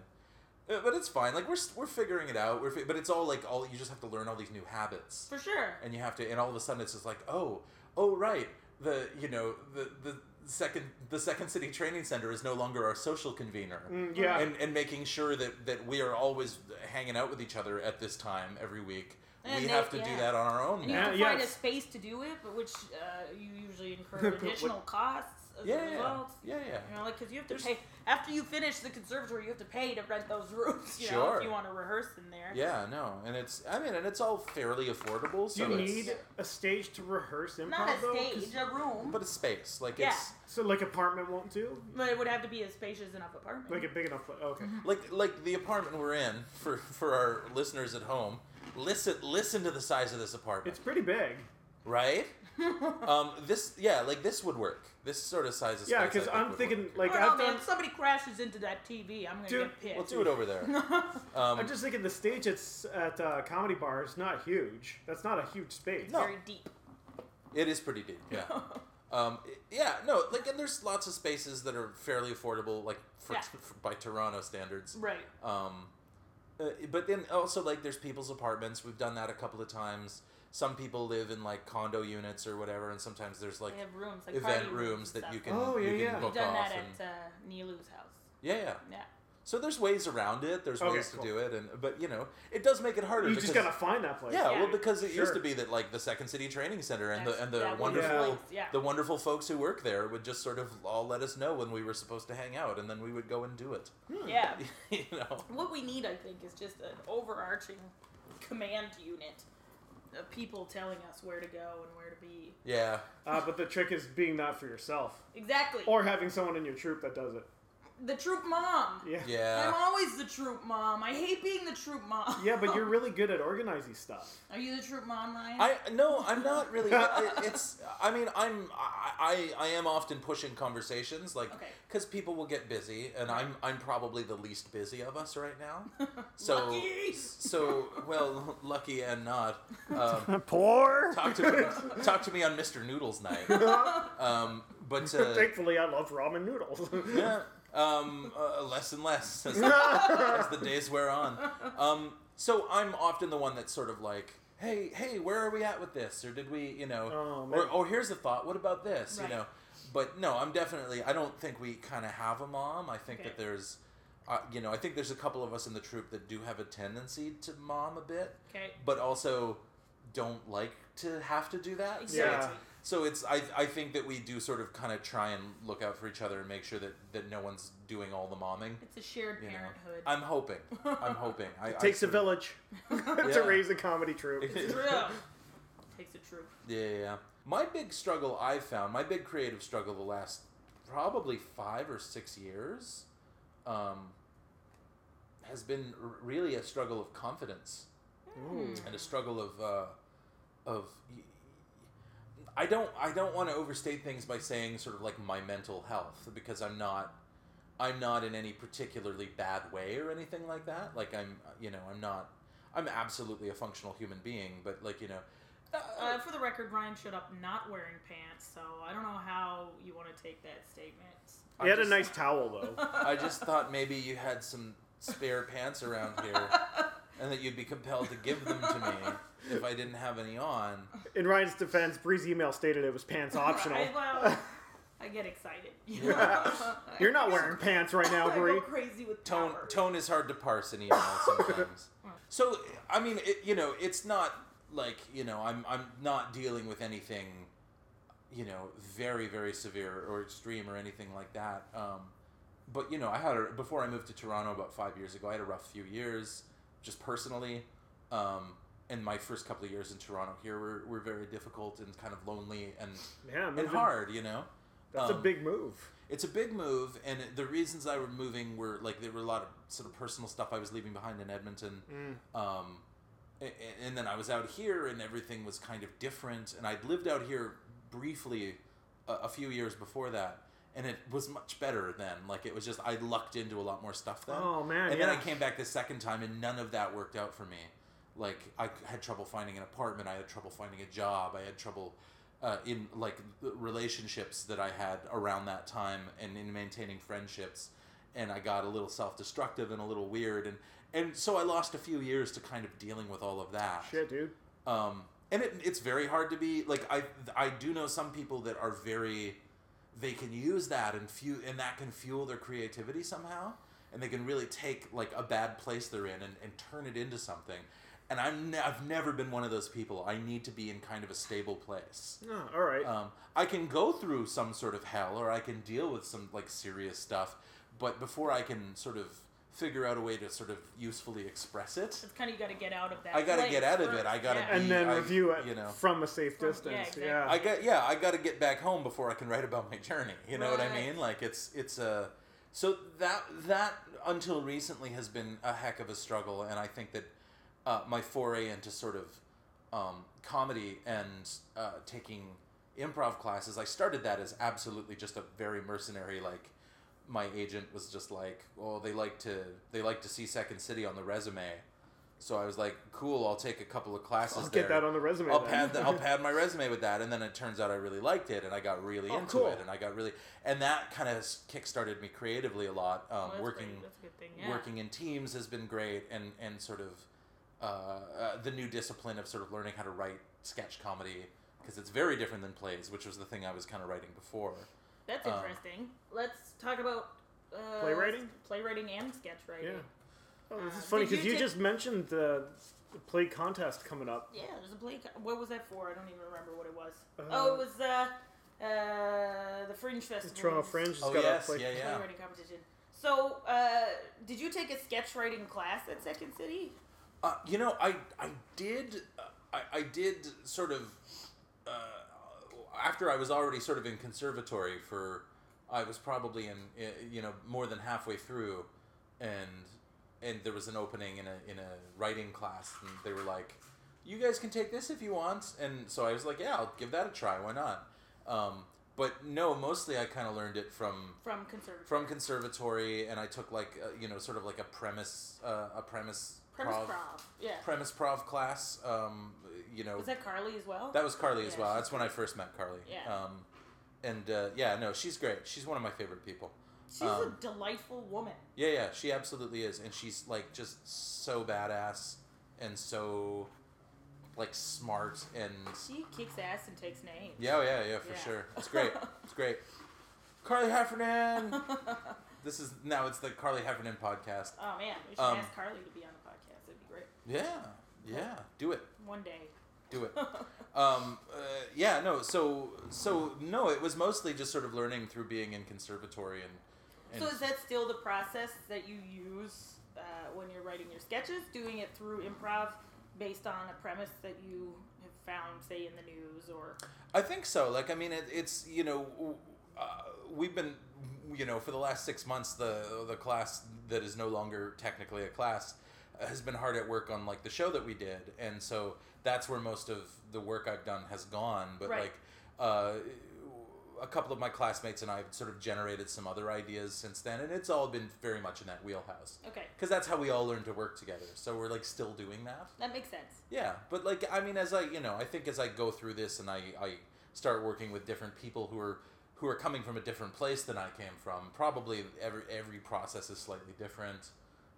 S3: But it's fine. Like we're s- we're figuring it out. We're fi- but it's all like all you just have to learn all these new habits,
S2: for sure.
S3: and you have to, and all of a sudden it's just like oh oh right the you know the the second the second city training center is no longer our social convener
S1: Mm, yeah.
S3: and, and making sure that, that we are always hanging out with each other at this time every week.
S2: And
S3: we
S2: they-
S3: have to do
S2: yeah.
S3: that on our own
S2: And you
S3: now.
S2: have to
S1: Yeah,
S2: find a
S1: yes.
S2: space to do it, but which uh, you usually incur additional costs as
S3: Yeah,
S2: a
S3: yeah,
S2: result.
S3: yeah, yeah.
S2: You know, like because you have to
S3: There's-
S2: pay after you finish the conservatory, you have to pay to rent those rooms. You know,
S3: Sure.
S2: if you want to rehearse in there.
S3: Yeah, no, and it's I mean, and it's all fairly affordable.
S1: Do
S3: So
S1: you
S3: it's,
S1: need a stage to rehearse improv
S2: Not a
S1: though? 'Cause-
S2: stage, a room.
S3: but it's space. Like
S2: Yeah.
S3: it's
S1: So like apartment won't do.
S2: But it would have to be a spacious enough apartment.
S1: Like a big enough. pla- Okay.
S2: Mm-hmm.
S3: like like the apartment we're in for for our listeners at home. Listen, listen to the size of this apartment,
S1: It's pretty big.
S3: right? um, this yeah, like this would work. This sort of size of
S1: Yeah,
S3: space, I
S1: because
S3: think,
S1: I'm
S3: would
S1: thinking
S3: work.
S1: like
S2: oh, no,
S1: I've
S2: man,
S1: done.
S2: if somebody crashes into that TV, I'm gonna
S1: Dude,
S2: get pissed.
S3: we'll do it over there. Um,
S1: I'm just thinking the stage it's at uh, comedy bar is not huge. That's not a huge space.
S3: No.
S2: Very deep.
S3: It is pretty deep. Yeah. um, i- yeah. No. Like, and there's lots of spaces that are fairly affordable, like for,
S2: Yeah.
S3: for- by Toronto standards.
S2: Right.
S3: Um, uh, but then also like there's people's apartments. We've done that a couple of times. Some people live in like condo units or whatever, and sometimes there's like
S2: they have rooms, like
S3: event
S2: party
S3: rooms
S2: and
S3: that
S2: stuff.
S3: you can
S1: Oh, yeah,
S3: you can
S1: yeah.
S3: book
S2: We've done
S3: off.
S2: that
S3: and,
S2: at uh, Nilu's house.
S3: yeah, yeah.
S2: Yeah.
S3: So there's ways around it. There's
S1: Okay,
S3: ways
S1: cool.
S3: to do it, and but you know it does make it harder.
S1: You just
S3: because-
S1: gotta find that place.
S3: yeah,
S2: Yeah.
S3: well, because it used
S1: Sure.
S3: to be that like the Second City Training Center and the
S2: That's-
S3: and the
S2: that was
S3: wonderful
S2: nice, yeah.
S3: the wonderful folks who work there would just sort of all let us know when we were supposed to hang out, and then we would go and do it.
S2: Yeah.
S3: you know.
S2: What we need, I think, is just an overarching command unit of people telling us where to go and where to be.
S3: Yeah.
S1: Uh, but the trick is being that for yourself,
S2: Exactly.
S1: or having someone in your troop that does it.
S2: the troop mom.
S1: Yeah.
S3: Yeah.
S2: I'm always the troop mom. I hate being the troop mom.
S1: Yeah, but you're really good at organizing stuff.
S2: Are you the troop mom, Ryan?
S3: I no, I'm not really. I- It's. I mean, I'm. I, I I am often pushing conversations, like
S2: Okay.
S3: because people will get busy, and I'm I'm probably the least busy of us right now. So
S2: Lucky!
S3: so well, lucky and not. Um,
S1: Poor.
S3: talk to me, talk to me on Mr. Noodles night. Um, but uh,
S1: Thankfully, I love ramen noodles.
S3: yeah, um, uh, less and less as, as the days wear on. Um, so I'm often the one that's sort of like, hey, hey, where are we at with this? Or did we, you know,
S1: Oh, man.
S3: or oh, here's a thought. What about this?
S2: Right.
S3: You know, but no, I'm definitely. I don't think we kind of have a mom. I think that
S2: Okay.
S3: there's. Uh, you know, I think there's a couple of us in the troop that do have a tendency to mom a bit
S2: okay.
S3: but also don't like to have to do that. So
S2: Exactly.
S3: it's- So it's I, I think that we do sort of kind of try and look out for each other and make sure that, that no one's doing all the momming.
S2: It's a shared
S3: You know,
S2: parenthood.
S3: I'm hoping. I'm hoping. I,
S1: It takes
S3: I
S1: a village
S3: Yeah.
S1: to raise a comedy troupe.
S2: It's real. Takes a troop.
S3: Yeah, yeah, yeah. My big struggle I've found, my big creative struggle the last probably five or six years, um, has been r- really a struggle of confidence.
S1: Ooh.
S3: and a struggle of uh, of I don't I don't want to overstate things by saying sort of like my mental health because I'm not I'm not in any particularly bad way or anything like that. Like I'm, you know, I'm not. I'm absolutely a functional human being, but like you know, uh,
S2: Uh, for the record, Ryan showed up not wearing pants, so I don't know how you want to take that statement.
S1: He had
S3: just,
S1: a nice towel though.
S3: I just thought maybe you had some spare pants around here, and that you'd be compelled to give them to me if I didn't have any on.
S1: In Ryan's defense, Bree's email stated it was pants optional.
S2: I, well, I get excited.
S3: Yeah.
S1: You're not wearing pants right now,
S2: I go
S1: Bree.
S2: crazy with
S3: tone
S2: power.
S3: tone is hard to parse in email sometimes. so I mean, it, you know, it's not like you know, I'm I'm not dealing with anything, you know, very very severe or extreme or anything like that. Um, but you know, I had a, before I moved to Toronto about five years ago. I had a rough few years, just personally. Um, and my first couple of years in Toronto here were, were very difficult and kind of lonely and,
S1: Yeah,
S3: and
S1: moving,
S3: hard, you know
S1: That's a
S3: Um,
S1: big move.
S3: it's a big move and it- the reasons i were moving were like there were a lot of sort of personal stuff i was leaving behind in edmonton
S1: Mm.
S3: um, a- a- and then i was out here and everything was kind of different and i'd lived out here briefly a, a few years before that and it was much better then like it was just i lucked into a lot more stuff then
S1: Oh man,
S3: and
S1: yeah.
S3: then I came back the second time, and none of that worked out for me. Like I had trouble finding an apartment. I had trouble finding a job. I had trouble uh, in like the relationships that I had around that time, and in maintaining friendships. And I got a little self-destructive and a little weird, and and so I lost a few years to kind of dealing with all of that.
S1: Shit, dude.
S3: Um, and it, it's very hard to be like I I do know some people that are very they can use that and few and that can fuel their creativity somehow and they can really take like a bad place they're in and, and turn it into something and I'm ne- I've never been one of those people I need to be in kind of a stable place
S1: Oh, all right.
S3: um, I can go through some sort of hell or I can deal with some like serious stuff but before I can sort of figure out a way to sort of usefully express it
S2: It's kind of you got to get out of that.
S3: I gotta
S2: place
S3: get out of it.
S2: first.
S3: I gotta um,
S2: Yeah.
S1: and then
S3: I-
S1: review it
S3: you know.
S1: from a safe
S2: From- yeah,
S1: distance.
S2: exactly.
S1: Yeah.
S3: I got yeah, I got to get back home before I can write about my journey. You know what I
S2: Right.
S3: mean? Like it's it's a so that that until recently has been a heck of a struggle, and I think that uh, my foray into sort of um, comedy and uh, taking improv classes, I started that as absolutely just a very mercenary like. My agent was just like, "Oh, they like to they like to see Second City on the resume," so I was like, "Cool, I'll take a couple of classes."
S1: I'll get
S3: there.
S1: that on the resume.
S3: I'll
S1: then.
S3: pad the, I'll pad my resume with that, and then it turns out I really liked it, and I got really
S1: Oh,
S3: into
S1: cool.
S3: it, and I got really, and that kind of kickstarted me creatively a lot. Um,
S2: Well, that's
S3: working
S2: great. That's a good thing. Yeah.
S3: working in teams has been great, and and sort of uh, uh, the new discipline of sort of learning how to write sketch comedy because it's very different than plays, which was the thing I was kind of writing before.
S2: That's
S3: um,
S2: interesting. Let's talk about uh,
S1: Playwriting?
S2: playwriting and sketch writing.
S1: Yeah. Oh, this
S2: Uh,
S1: is funny
S2: did you
S1: because you,
S2: take-
S1: just mentioned the, the play contest coming up.
S2: Yeah, there's a play. co- What was that for? I don't even remember what it was.
S1: Uh,
S2: oh, it was uh, uh, the Fringe Festival.
S1: The Toronto
S2: It was
S1: Fringe has
S3: Oh
S1: got
S3: yes,
S1: a play.
S3: yeah,
S2: a
S3: yeah.
S2: Playwriting competition. So, uh, did you take a sketch writing class at Second City?
S3: Uh, you know, I I did uh, I, I did sort of uh, after I was already sort of in conservatory for I was probably in uh, you know more than halfway through, and and there was an opening in a in a writing class, and they were like, "You guys can take this if you want," and so I was like, "Yeah, I'll give that a try. Why not?" Um, but no, mostly I kind of learned it from
S2: From conservatory.
S3: from conservatory, and I took like uh, you know sort of like a premise uh, a premise
S2: Premise
S3: prov-
S2: prov. Yeah.
S3: premise prov class. Um, you know,
S2: was that Carly as well?
S3: that was Carly as
S2: Yeah,
S3: well.
S2: she's
S3: That's when I first met Carly.
S2: Yeah.
S3: Um, and uh, yeah, no, she's great. She's one of my favorite people.
S2: She's
S3: um,
S2: a delightful woman.
S3: Yeah, yeah, she absolutely is, and she's like just so badass and so like smart and
S2: She kicks ass and takes names.
S3: yeah, oh, yeah, yeah, for
S2: Yeah.
S3: sure. It's great. It's great. Carly Heffernan. this is now it's the Carly Heffernan podcast.
S2: Oh man, we should
S3: Um,
S2: ask Carly to be on the podcast. It'd be great.
S3: Yeah, yeah, do it,
S2: One day.
S3: do it. um, uh, yeah, no, so so no, it was mostly just sort of learning through being in conservatory and. and
S2: so is that still the process that you use uh, when you're writing your sketches? Doing it through improv, based on a premise that you have found, say, in the news or
S3: I think so. Like, I mean, it, it's you know, w- uh, we've been you know for the last six months the the class that is no longer technically a class uh, has been hard at work on like the show that we did, and so that's where most of the work I've done has gone. But
S2: Right.
S3: like, uh, a couple of my classmates and I have sort of generated some other ideas since then, and it's all been very much in that wheelhouse
S2: Okay,
S3: because that's how we all learned to work together. So we're like still doing that.
S2: that makes sense.
S3: Yeah, but like I mean, as I you know, I think as I go through this and I I start working with different people who are who are coming from a different place than I came from. Probably every every process is slightly different.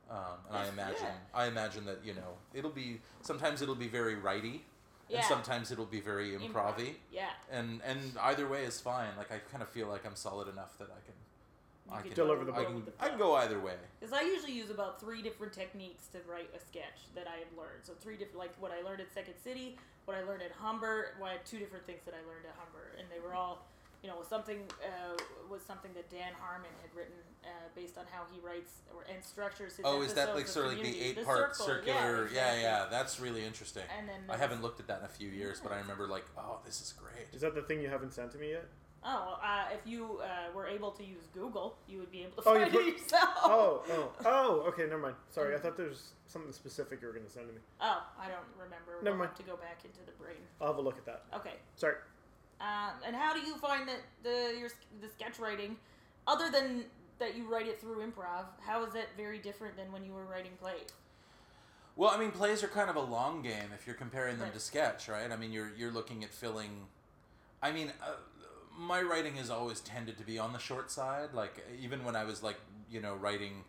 S3: Um, and I
S2: Yeah.
S3: imagine I imagine that you know it'll be sometimes it'll be very righty,
S2: Yeah.
S3: and sometimes it'll be very improv-y.
S2: Yeah.
S3: and and either way is fine. Like I kind of feel like I'm solid enough that I
S2: You
S3: I
S2: could
S3: can-
S1: Deliver the
S3: can I
S1: Go
S3: can
S2: with the
S3: I can
S2: flow.
S3: go either way.
S2: Because I usually use about three different techniques to write a sketch that I have learned. So three different, like what I learned at Second City, what I learned at Humber. Well, I had two different things that I learned at Humber, and they were all, you know, something uh, was something that Dan Harmon had written uh, based on how he writes or, and structures his.
S3: Oh, is that
S2: episodes
S3: like sort of like the
S2: Community.
S3: eight part
S2: circle,
S3: circular? Yeah,
S2: exactly.
S3: yeah, that's really interesting.
S2: And then
S3: I haven't looked at that in a few years, but I
S2: Yeah.
S3: remember like, oh, this is great.
S1: Is that the thing you haven't sent to me yet?
S2: Oh, well, uh, if you uh, were able to use Google, you would be able to
S1: Oh, you
S2: find
S1: put-
S2: it yourself.
S1: Oh, oh, oh. Okay, never mind. Sorry,
S2: Mm.
S1: I thought there was something specific you were going to send to me.
S2: Oh, I don't remember.
S1: Never
S2: We'll
S1: mind.
S2: have to go back into the brain.
S1: I'll have a look at that.
S2: Okay.
S1: Sorry.
S2: Um, and how do you find that the your sk- the sketch writing, other than that you write it through improv, how is that very different than when you were writing plays?
S3: Well, I mean, plays are kind of a long game if you're comparing them
S2: Right.
S3: to sketch, right? I mean, you're you're looking at filling. I mean, uh, my writing has always tended to be on the short side. Like even when I was like, you know, writing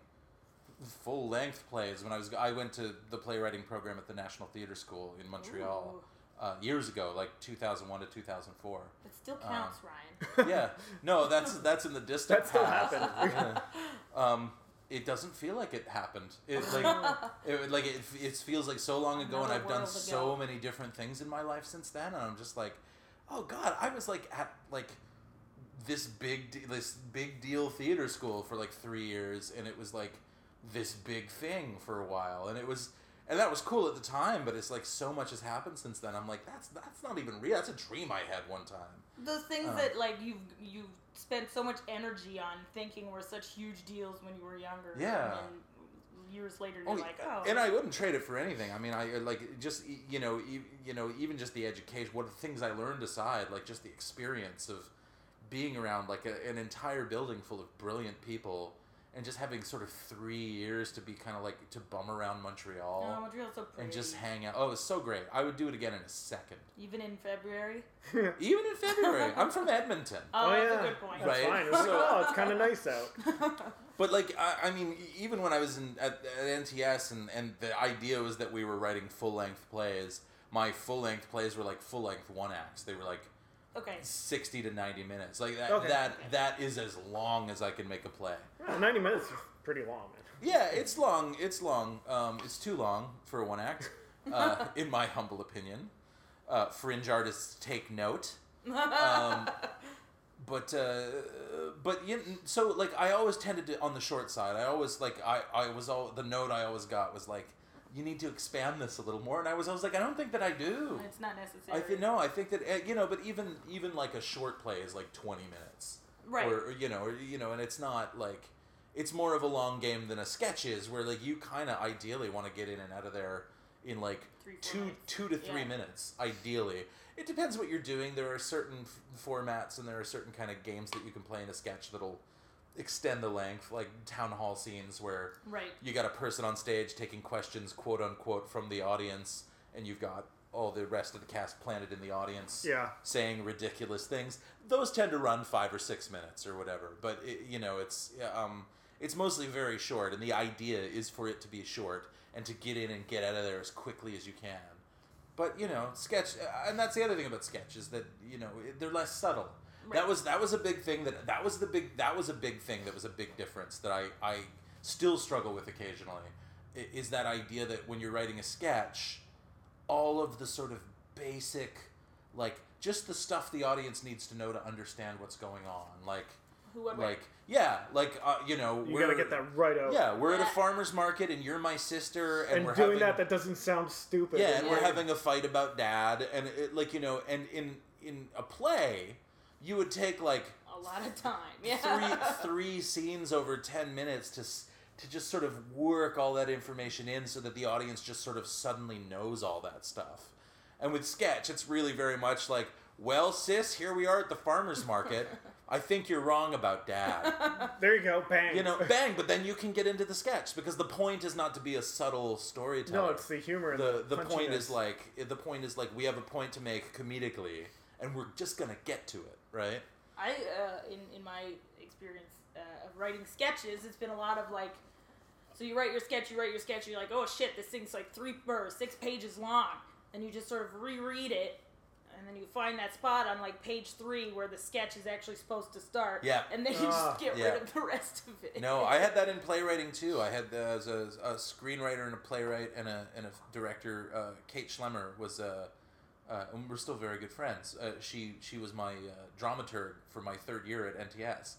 S3: full length plays. When I was I went to the playwriting program at the National Theatre School in Montreal
S2: Ooh,
S3: uh, years ago, like 2001 to 2004.
S2: that still counts,
S3: Um,
S2: Ryan.
S3: yeah, no, that's that's in the distant.
S1: That still
S3: past.
S1: happened.
S3: Yeah. Um, it doesn't feel like it happened. It like it like it, it feels like so long ago, and
S2: Another
S3: I've done
S2: world
S3: so
S2: ago.
S3: many different things in my life since then, and I'm just like, oh god, I was like at like this big de- this big deal theater school for like three years, and it was like this big thing for a while, and it was. And that was cool at the time, but it's like so much has happened since then. I'm like, that's that's not even real. That's a dream I had one time.
S2: Those things
S3: Um,
S2: that like you've you've spent so much energy on thinking were such huge deals when you were younger.
S3: Yeah.
S2: And then years later, you're
S3: yeah.
S2: like, oh,
S3: and I wouldn't trade it for anything. I mean, I uh, like just e- you know, e- you know, even just the education, what things I learned aside, like just the experience of being around like a, an entire building full of brilliant people, and just having sort of three years to be kind of like to bum around Montreal
S2: oh, Montreal's so pretty.
S3: and just hang out. Oh, it was so great. I would do it again in a second,
S2: Even in February.
S3: even in February. I'm from Edmonton.
S2: Oh, that's
S1: yeah.
S2: a good point.
S1: That's
S3: Right.
S1: fine. It was like,
S3: So-
S1: oh, it's kind of nice out.
S3: But like I, I mean, e- even when I was in at, at NTS, and and the idea was that we were writing full length plays. My full length plays were like full length one acts. They were like
S2: okay.
S3: sixty to ninety minutes. Like that
S1: Okay.
S3: that that is as long as I can make a play.
S1: Yeah, 90 minutes is pretty long, man.
S3: Yeah, it's long. It's long. Um, it's too long for a one act, uh, in my humble opinion. Uh, fringe artists take note. Um, but uh, but you so like I always tended to on the short side. I always like I I was all the note I always got was like you need to expand this a little more, and I was always like I don't think that I do.
S2: it's not necessary.
S3: I think no, I think that uh, you know, but even even like a short play is like twenty minutes,
S2: Right.
S3: Or, or, you know, or, you know, and it's not like it's more of a long game than a sketch is, where like you kind of ideally want to get in and out of there in like
S2: Three, four
S3: two
S2: minutes.
S3: two to three
S2: Yeah.
S3: minutes ideally. It depends what you're doing. There are certain f- formats and there are certain kind of games that you can play in a sketch that'll extend the length, like town hall scenes where
S2: Right.
S3: you got a person on stage taking questions, quote unquote, from the audience, and you've got all the rest of the cast planted in the audience
S1: Yeah.
S3: saying ridiculous things. Those tend to run five or six minutes or whatever, but it, you know, it's yeah, um, it's mostly very short, and the idea is for it to be short and to get in and get out of there as quickly as you can. But you know, sketch, uh, and that's the other thing about sketch is that you know they're less subtle. That
S2: Right.
S3: was that was a big thing that that was the big that was a big thing that was a big difference that I I still struggle with occasionally i- is that idea that when you're writing a sketch, all of the sort of basic like just the stuff the audience needs to know to understand what's going on like
S2: Who would
S3: like yeah like uh, you know
S1: You
S3: we're-
S1: got to get that right out.
S3: yeah we're at
S2: Yeah.
S3: a farmer's market and you're my sister and,
S1: And
S3: we're
S1: doing
S3: having,
S1: that, that doesn't sound stupid.
S3: yeah, and we're
S2: Yeah.
S3: having a fight about dad, and it, like you know, and in in a play, you would take like
S2: a lot of time. Yeah.
S3: three three scenes over ten minutes to s- to just sort of work all that information in, so that the audience just sort of suddenly knows all that stuff. And with sketch, it's really very much like "Well, sis, here we are at the farmers market. I think you're wrong about dad."
S1: There you go. Bang.
S3: You know, bang, but then you can get into the sketch because the point is not to be a subtle storyteller.
S1: no, it's the humor. And
S3: the the point
S1: punchiness.
S3: is like the point is like we have a point to make comedically and we're just going to get to it, right?
S2: I, uh, in, in my experience uh, of writing sketches, it's been a lot of like, so you write your sketch, you write your sketch, and you're like, oh shit, this thing's like three or six pages long. And you just sort of reread it, and then you find that spot on like page three where the sketch is actually supposed to start.
S3: Yeah.
S2: And then you
S1: Ah,
S2: just get
S3: yeah.
S2: rid of the rest of it.
S3: No, I had that in playwriting too. I had the, as a, a screenwriter and a playwright and a and a director. Uh, Kate Schlemmer was a, uh, and we're still very good friends. Uh, she she was my uh, dramaturg for my third year at NTS,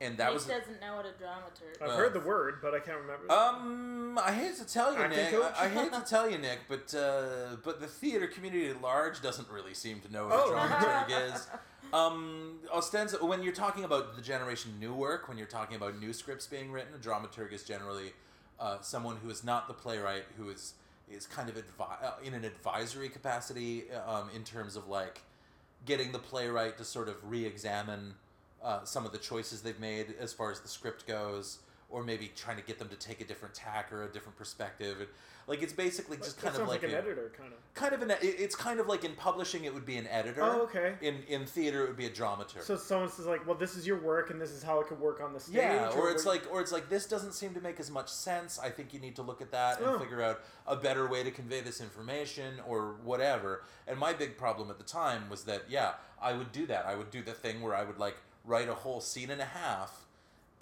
S3: and that
S2: Nick
S3: was
S2: doesn't know what a dramaturg.
S1: I've
S3: uh,
S1: heard the word, but I can't remember.
S3: Um, I hate to tell you,
S1: Acting
S3: Nick.
S1: coach?
S3: I, I hate to tell you, Nick, but uh, but the theater community at large doesn't really seem to know what
S1: Oh.
S3: a dramaturg is. Um, ostens- when you're talking about the generation new work, when you're talking about new scripts being written, a dramaturg is generally uh, someone who is not the playwright, who is is kind of advi- uh, in an advisory capacity um, in terms of like getting the playwright to sort of re-examine uh, some of the choices they've made as far as the script goes, or maybe trying to get them to take a different tack or a different perspective. And, like it's basically
S1: That
S3: just kind
S1: sounds
S3: of like,
S1: like an
S3: a-
S1: editor, kind of.
S3: kind of an. it- It's kind of like in publishing, it would be an editor.
S1: Oh, okay.
S3: In in theater, it would be a dramaturg.
S1: So someone says like, "Well, this is your work, and this is how it could work on the stage."
S3: yeah, or it's
S1: we're-
S3: like, or it's like this doesn't seem to make as much sense. I think you need to look at that
S1: Oh.
S3: and figure out a better way to convey this information or whatever. And my big problem at the time was that yeah, I would do that. I would do the thing where I would like write a whole scene and a half,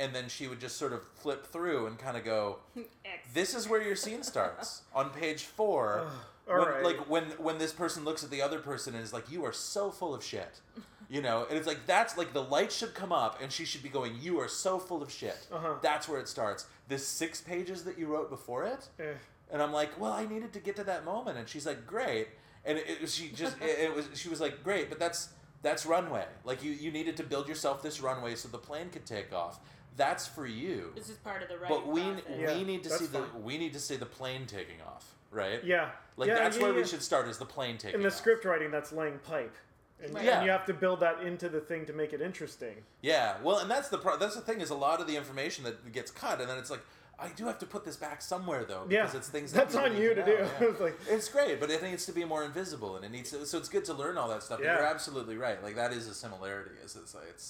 S3: and then she would just sort of flip through and kind of go,
S1: Uh,
S2: X.
S3: this is where your scene starts on page four.
S1: All
S3: when,
S1: right.
S3: Like when when this person looks at the other person and is like, "You are so full of shit," you know, and it's like that's like the light should come up and she should be going, "You are so full of shit."
S1: Uh-huh.
S3: That's where it starts. This six pages that you wrote before it,
S1: Eh.
S3: and I'm like, "Well, I needed to get to that moment," and she's like, "Great," and it, it- she just it, it was she was like, "Great," but that's that's runway. Like you you needed to build yourself this runway so the plane could take off. That's for you.
S2: This is part of the writing
S3: But we
S2: process.
S1: Yeah,
S3: we need to
S1: that's
S3: see the
S1: fine.
S3: we need to see the plane taking off, right?
S1: yeah,
S3: Like
S1: yeah,
S3: that's
S1: yeah,
S3: where
S1: yeah.
S3: we should start is the plane taking
S1: In the
S3: off.
S1: script writing, that's laying pipe, and,
S2: Right.
S3: Yeah.
S1: and you have to build that into the thing to make it interesting.
S3: Yeah. Well, and that's the pro- that's the thing is a lot of the information that gets cut, and then it's like I do have to put this back somewhere though because
S1: yeah,
S3: it's things that
S1: that's
S3: people
S1: on
S3: need
S1: you to do.
S3: know, yeah.
S1: it's like,
S3: It's great, but it needs to be more invisible, and it needs to, so it's good to learn all that stuff. but
S1: Yeah.
S3: You're absolutely right. Like that is a similarity. Is it's it's.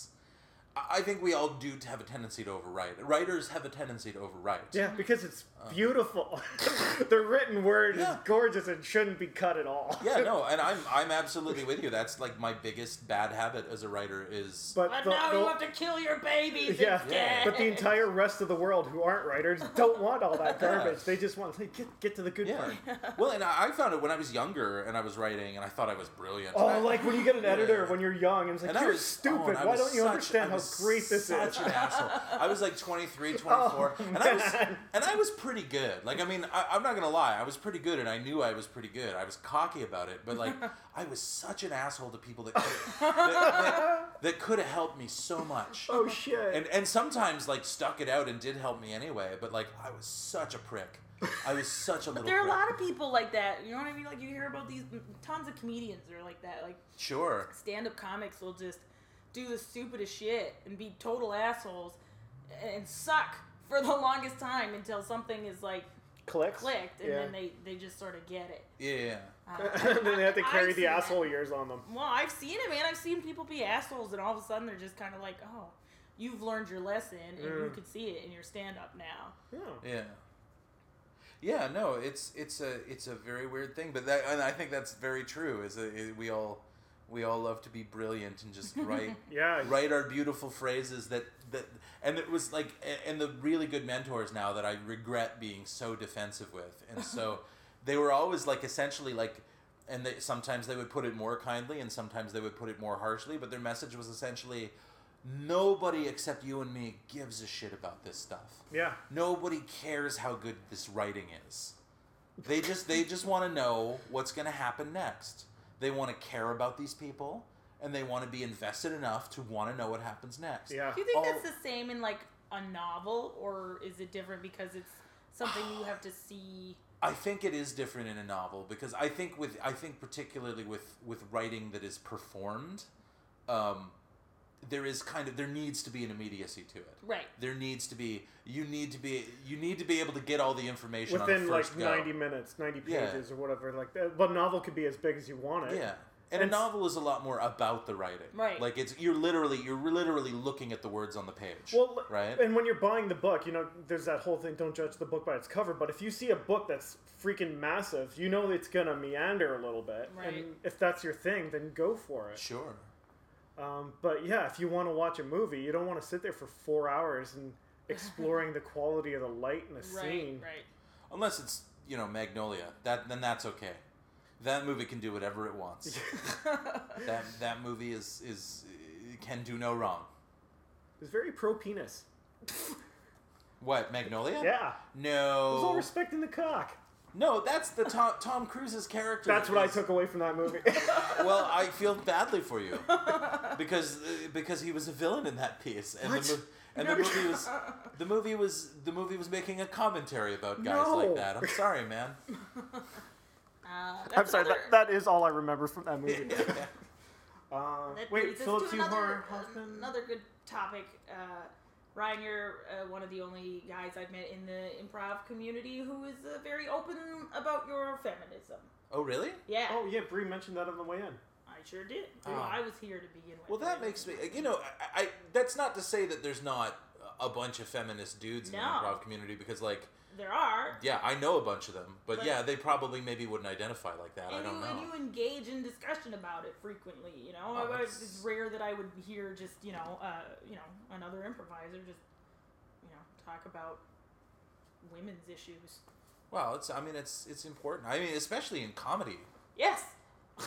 S3: I I think we all do have a tendency to overwrite. Writers have a tendency to overwrite.
S1: yeah, because it's beautiful. the written word is
S3: Uh. Yeah.
S1: gorgeous and shouldn't be cut at all.
S3: Yeah, no, and I'm I'm absolutely with you. That's like my biggest bad habit as a writer is
S1: But,
S2: But
S1: the,
S2: now you
S1: the-
S2: have to kill your babies
S1: Yeah,
S2: instead.
S1: but the entire rest of the world who aren't writers don't want all that
S3: Yeah.
S1: garbage. They just want like get get to the good
S3: yeah.
S1: part.
S3: Well, and I I found it when I was younger and I was writing and I thought I was brilliant. And I-
S1: Oh, like when you get an editor
S3: Yeah.
S1: when you're young and it's like
S3: and I
S1: you're
S3: was- oh,
S1: stupid.
S3: and I
S1: Why
S3: was
S1: don't you
S3: such-
S1: understand
S3: I
S1: how
S3: was
S1: great this
S3: such
S1: is?
S3: an asshole. I was like 23, 24,
S1: Oh,
S3: and I was
S1: man.
S3: and I was pretty good. Like I mean, I, I'm not gonna lie, I was pretty good, and I knew I was pretty good. I was cocky about it, but like I was such an asshole to people that could, that, that, that could have helped me so much.
S1: Oh shit.
S3: and and sometimes like stuck it out and did help me anyway. But like I was such a prick. I was such a little.
S2: There are a
S3: prick.
S2: lot of people like that. You know what I mean? Like you hear about these tons of comedians that are like that. Like
S3: Sure.
S2: stand-up comics will just do the stupidest shit and be total assholes and suck for the longest time until something is like
S1: Clicks.
S2: clicked and
S1: yeah.
S2: then they they just sort of get it.
S3: Yeah.
S2: Uh,
S1: then they have to
S2: I- I
S1: carry
S2: see
S1: the
S2: that.
S1: asshole years on them.
S2: Well, I've seen it, man. I've seen people be assholes, and all of a sudden they're just kind of like, oh, you've learned your lesson, and you
S1: Mm.
S2: can see it in your stand-up now.
S1: Yeah.
S3: Yeah. Yeah. No, it's it's a it's a very weird thing, but that and I think that's very true. Is that it- we all we all love to be brilliant and just write
S1: Yeah.
S3: write our beautiful phrases that that and it was like a- and the really good mentors now that I regret being so defensive with and so they were always like essentially like and they, sometimes they would put it more kindly and sometimes they would put it more harshly but their message was essentially nobody except you and me gives a shit about this stuff
S1: Yeah.
S3: nobody cares how good this writing is. They just they just want to know what's going to happen next. They want to care about these people and they want to be invested enough to want to know what happens next.
S1: Yeah.
S2: Do you think
S3: Oh.
S2: that's the same in like a novel, or is it different because it's something you have to see?
S3: I think it is different in a novel because I think with I think particularly with with writing that is performed, um, there is kind of there needs to be an immediacy to it.
S2: Right.
S3: There needs to be you need to be you need to be able to get all the information on
S1: within
S3: the first
S1: like
S3: go.
S1: 90 minutes, 90
S3: Yeah.
S1: pages or whatever. Like that. But a novel could be as big as you want it.
S3: Yeah. And a
S1: It's-
S3: novel is a lot more about the writing.
S2: Right.
S3: Like it's you're literally you're literally looking at the words on the page.
S1: Well,
S3: right?
S1: And when you're buying the book, you know, there's that whole thing: don't judge the book by its cover. But if you see a book that's freaking massive, you know it's gonna meander a little bit.
S2: Right.
S1: And if that's your thing, then go for it.
S3: sure.
S1: Um, but yeah, if you want to watch a movie, you don't want to sit there for four hours and exploring the quality of the light in a
S2: Right.
S1: scene.
S2: Right.
S3: Unless it's, you know, Magnolia. That then that's okay. That movie can do whatever it wants. that that movie is is can do no wrong.
S1: It's very pro penis.
S3: What, Magnolia?
S1: Yeah. It was all
S3: No.
S1: respecting the cock.
S3: No, that's the Tom, Tom Cruise's character.
S1: That's what I
S3: is-
S1: took away from that movie.
S3: Well, I feel badly for you because because he was a villain in that piece, and
S1: What?
S3: the mo- and the movie was
S2: Uh,
S3: the movie was the movie was making a commentary about guys
S1: No.
S3: like that. I'm sorry, man.
S2: Uh,
S1: I'm
S2: that's
S1: sorry,
S2: another,
S1: that, that is all I remember from that movie. Uh,
S2: that
S1: wait,
S2: leads us
S1: Philip
S2: to
S1: Seymour
S2: another,
S1: Hoffman?
S2: another good topic. Uh, Ryan, you're uh, one of the only guys I've met in the improv community who is uh, very open about your feminism.
S3: Oh, really?
S2: Yeah,
S1: Oh yeah, Bree mentioned that on the way in.
S2: I sure did.
S3: Oh.
S2: Well, I was here to begin with.
S3: Well, that makes me. You know, I, I that's not to say that there's not a bunch of feminist dudes in
S2: No.
S3: the improv community because, like,
S2: There are.
S3: yeah, I know a bunch of them, but,
S2: But-
S3: yeah, they probably maybe wouldn't identify like that. I
S2: And you,
S3: don't know.
S2: and you engage in discussion about it frequently, you know.
S3: Oh,
S2: I- I-
S3: that's-
S2: it's rare that I would hear just, you know, uh, you know, another improviser just, you know, talk about women's issues.
S3: Well, it's. I mean, it's it's important. I mean, especially in comedy.
S2: Yes.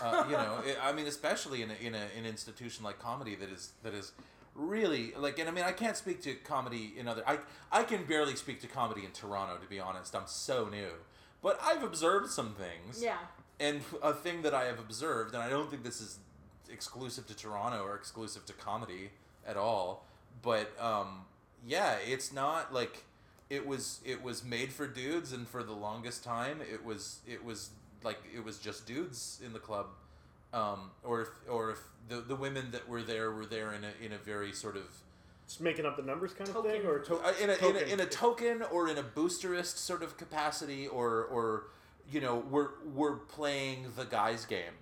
S3: uh, you know, it, I mean, especially in a, in a, an institution like comedy that is that is really like, and I mean, I can't speak to comedy in other. I I can barely speak to comedy in Toronto, to be honest. I'm so new, but I've observed some things.
S2: Yeah.
S3: And a thing that I have observed, and I don't think this is exclusive to Toronto or exclusive to comedy at all, but um, yeah, it's not like it was it was made for dudes and for the longest time it was it was like it was just dudes in the club um, or if or if the, the women that were there were there in a, in a very sort of
S1: Just making up the numbers kind
S2: Token.
S1: of thing, or to-
S3: uh, in, a, in,
S1: token.
S3: a, in a token or in a boosterist sort of capacity or or you know we're we're playing the guys game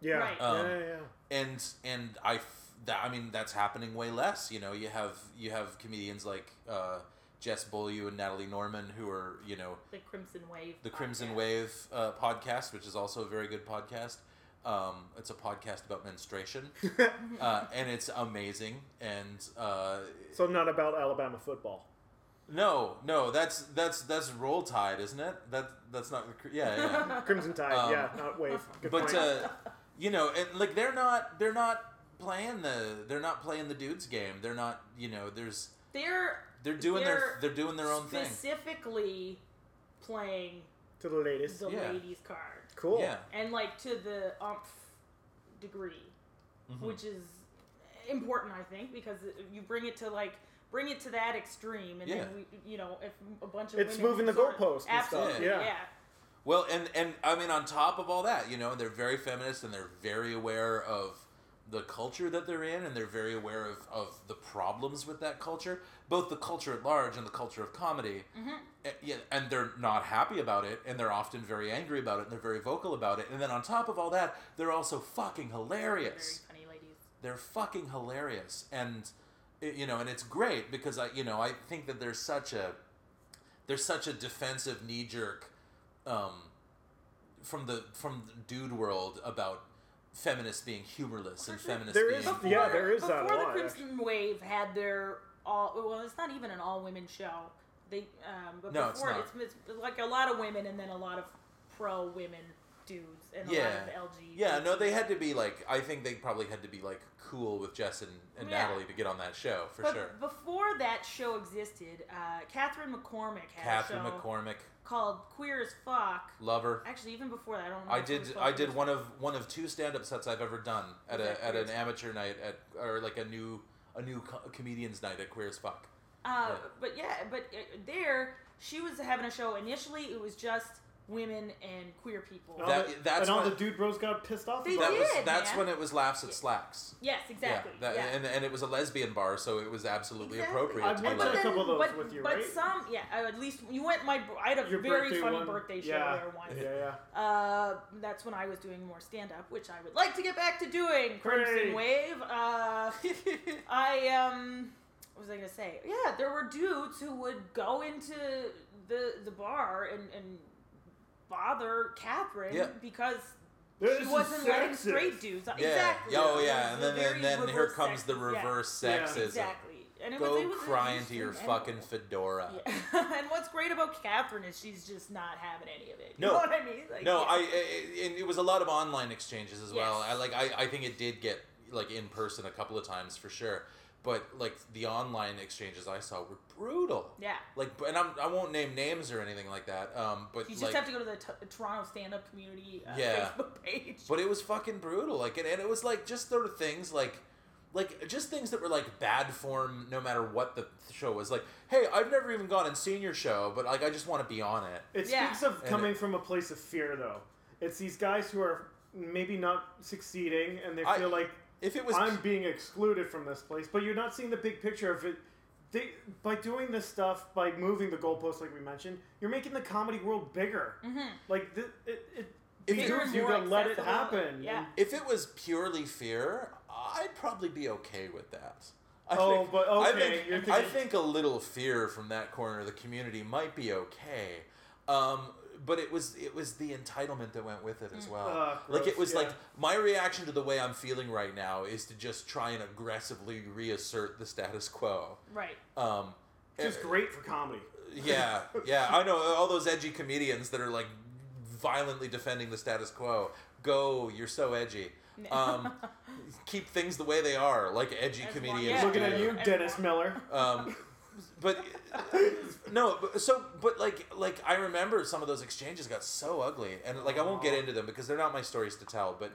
S1: yeah.
S2: Right.
S3: Um,
S1: yeah, yeah, yeah.
S3: and and I f- that I mean that's happening way less. You know, you have you have comedians like uh, Jess Beaulieu and Natalie Norman who are you know
S2: The Crimson Wave.
S3: the Crimson
S2: podcast.
S3: Wave uh, podcast, which is also a very good podcast. Um, it's a podcast about menstruation, uh, and it's amazing. And uh,
S1: So not about Alabama football.
S3: no, no, that's that's that's roll tide, isn't it? That that's not the cr- yeah yeah.
S1: Crimson Tide,
S3: Um,
S1: yeah, not wave. Good
S3: but
S1: point.
S3: uh, you know, and like they're not they're not playing the they're not playing the dudes game. They're not you know there's
S2: They're
S3: they're doing their
S2: They're
S3: they're doing their own thing.
S2: specifically playing
S1: to the ladies.
S2: the
S3: Yeah.
S2: ladies card
S1: Cool.
S3: Yeah,
S2: and like to the umph degree.
S3: Mhm.
S2: which is important i think because you bring it to like bring it to that extreme and then we, you know if a bunch of
S1: It's
S2: women
S1: moving the
S2: sort of-
S1: goalposts and stuff,
S2: absolutely
S1: yeah.
S2: yeah
S3: well, and and I mean on top of all that, you know, they're very feminist and they're very aware of the culture that they're in and they're very aware of, of the problems with that culture both the culture at large and the culture of comedy A- yeah, and they're not happy about it and they're often very angry about it and they're very vocal about it and then on top of all that they're also fucking hilarious
S2: very funny ladies
S3: they're fucking hilarious and it- you know and it's great because i you know i think that there's such a there's such a defensive knee jerk um from the from the dude world about feminists being humorless and
S2: For sure.
S3: feminists
S1: There
S3: being
S1: is- yeah, there is
S2: before
S1: that a
S2: the
S1: lot,
S2: crimson wave had their all well it's not even an all women show they um but
S3: No, it's
S2: before
S3: not.
S2: It's, it's like a lot of women and then a lot of pro women dudes and a
S3: Yeah.
S2: lot of lg
S3: yeah no they had to be like i think they probably had to be like cool with jess and, and
S2: Yeah.
S3: natalie to get on that show for
S2: but
S3: sure
S2: before that show existed uh catherine mccormick had
S3: catherine
S2: a show
S3: mccormick
S2: called queer as fuck
S3: lover
S2: Actually, even before that, I don't. know
S3: I
S2: if it
S3: did.
S2: was
S3: I
S2: called
S3: did
S2: Christmas.
S3: one of one of two stand-up sets I've ever done at
S2: Was
S3: a
S2: that
S3: at an
S2: Queer's-
S3: amateur night at or like a new a new co- comedians night at Queer as Fuck.
S2: Uh,
S3: yeah.
S2: But yeah, but uh, there she was having a show. Initially, it was just women and queer people.
S1: And all
S3: That-
S1: the-
S3: that's
S1: and all
S3: what-
S1: the dude bros got pissed off
S2: They
S1: about.
S3: that
S2: did,
S3: was that's
S2: man.
S3: when it was laughs at slacks.
S2: yes, exactly.
S3: Yeah, that,
S2: yeah.
S3: And, and it was a lesbian bar, so it was absolutely
S2: Exactly.
S3: appropriate.
S1: I
S3: to be
S1: went
S2: But
S1: to
S3: like,
S1: a
S2: then-
S1: couple of those
S2: but-
S1: with you,
S2: But
S1: right?
S2: some, yeah, I- at least you went my. I had a
S1: Your
S2: very
S1: birthday
S2: funny
S1: one.
S2: birthday show
S1: Yeah.
S2: there once.
S1: Yeah, yeah.
S2: Uh, that's when I was doing more stand up, which I would like to get back to
S1: Hooray.
S2: doing. Crimson Wave. Uh, I um, what was I gonna say? Yeah, there were dudes who would go into the the bar and and bother Catherine
S3: Yeah.
S2: because
S1: This
S2: she
S1: is
S2: wasn't letting
S1: sexist.
S2: straight dudes.
S3: yeah,
S2: Exactly.
S3: oh
S2: It was
S3: yeah, and
S2: a
S3: then
S2: very
S3: and then here
S2: reverse
S3: comes the
S2: sexist- yeah,
S3: reverse
S1: Yeah.
S3: sexism.
S2: Exactly. And it was,
S3: Go
S2: it was
S3: cry
S2: just
S3: into your
S2: an
S3: fucking
S2: animal.
S3: fedora.
S2: Yeah. and what's great about Catherine is she's just not having any of it. You
S3: No.
S2: know what I mean? Like,
S3: No,
S2: yeah.
S3: I, I and it was a lot of online exchanges as well.
S2: Yes.
S3: I like I, I think it did get like in person a couple of times for sure, but like the online exchanges I saw were brutal.
S2: Yeah.
S3: Like and I'm I won't name names or anything like that. Um, but
S2: You just
S3: like,
S2: have to go to the t- Toronto stand up community uh,
S3: Yeah.
S2: Facebook page.
S3: But it was fucking brutal. Like, and, and it was like just sort of things like, like just things that were like bad form, no matter what the show was. Like, hey, I've never even gone and seen your show, but like I just want to be on it.
S1: It
S2: Yeah.
S1: speaks of
S3: And
S1: coming from a place of fear, though. It's these guys who are maybe not succeeding, and they
S3: I-
S1: feel like
S3: If it was,
S1: I'm being excluded from this place. But you're not seeing the big picture of it. They, by doing this stuff, by moving the goalposts, like we mentioned, you're making the comedy world bigger. Like th- it, it
S3: If
S1: these
S3: it-
S1: dudes,
S2: Bigger
S1: you
S2: and
S1: gotta
S2: Mm-hmm. more
S1: let it
S2: accessible,
S1: happen.
S2: yeah.
S1: And-
S3: if it was purely fear, I'd probably be okay with that. I
S1: Oh, but
S3: I
S1: okay,
S3: think,
S1: you're
S3: I
S1: thinking-
S3: think a little fear from that corner of the community might be okay. Um, but it was it was the entitlement that went with it as well.
S1: Ah,
S3: like
S1: gross,
S3: it was like
S1: yeah.
S3: my reaction to the way I'm feeling right now is to just try and aggressively reassert the status quo.
S2: right.
S3: Um,
S1: which is
S3: eh,
S1: great for comedy.
S3: yeah, yeah. I know all those edgy comedians that are like violently defending the status quo. Go, you're so edgy. Um, keep things the way they are, like edgy
S2: As long-
S3: comedians.
S2: yeah.
S1: Looking at
S3: do.
S1: you,
S2: Yeah.
S1: Dennis Miller.
S3: Um, but no, but, so but like like I remember some of those exchanges got so ugly, and like I won't get into them because they're not my stories to tell, but.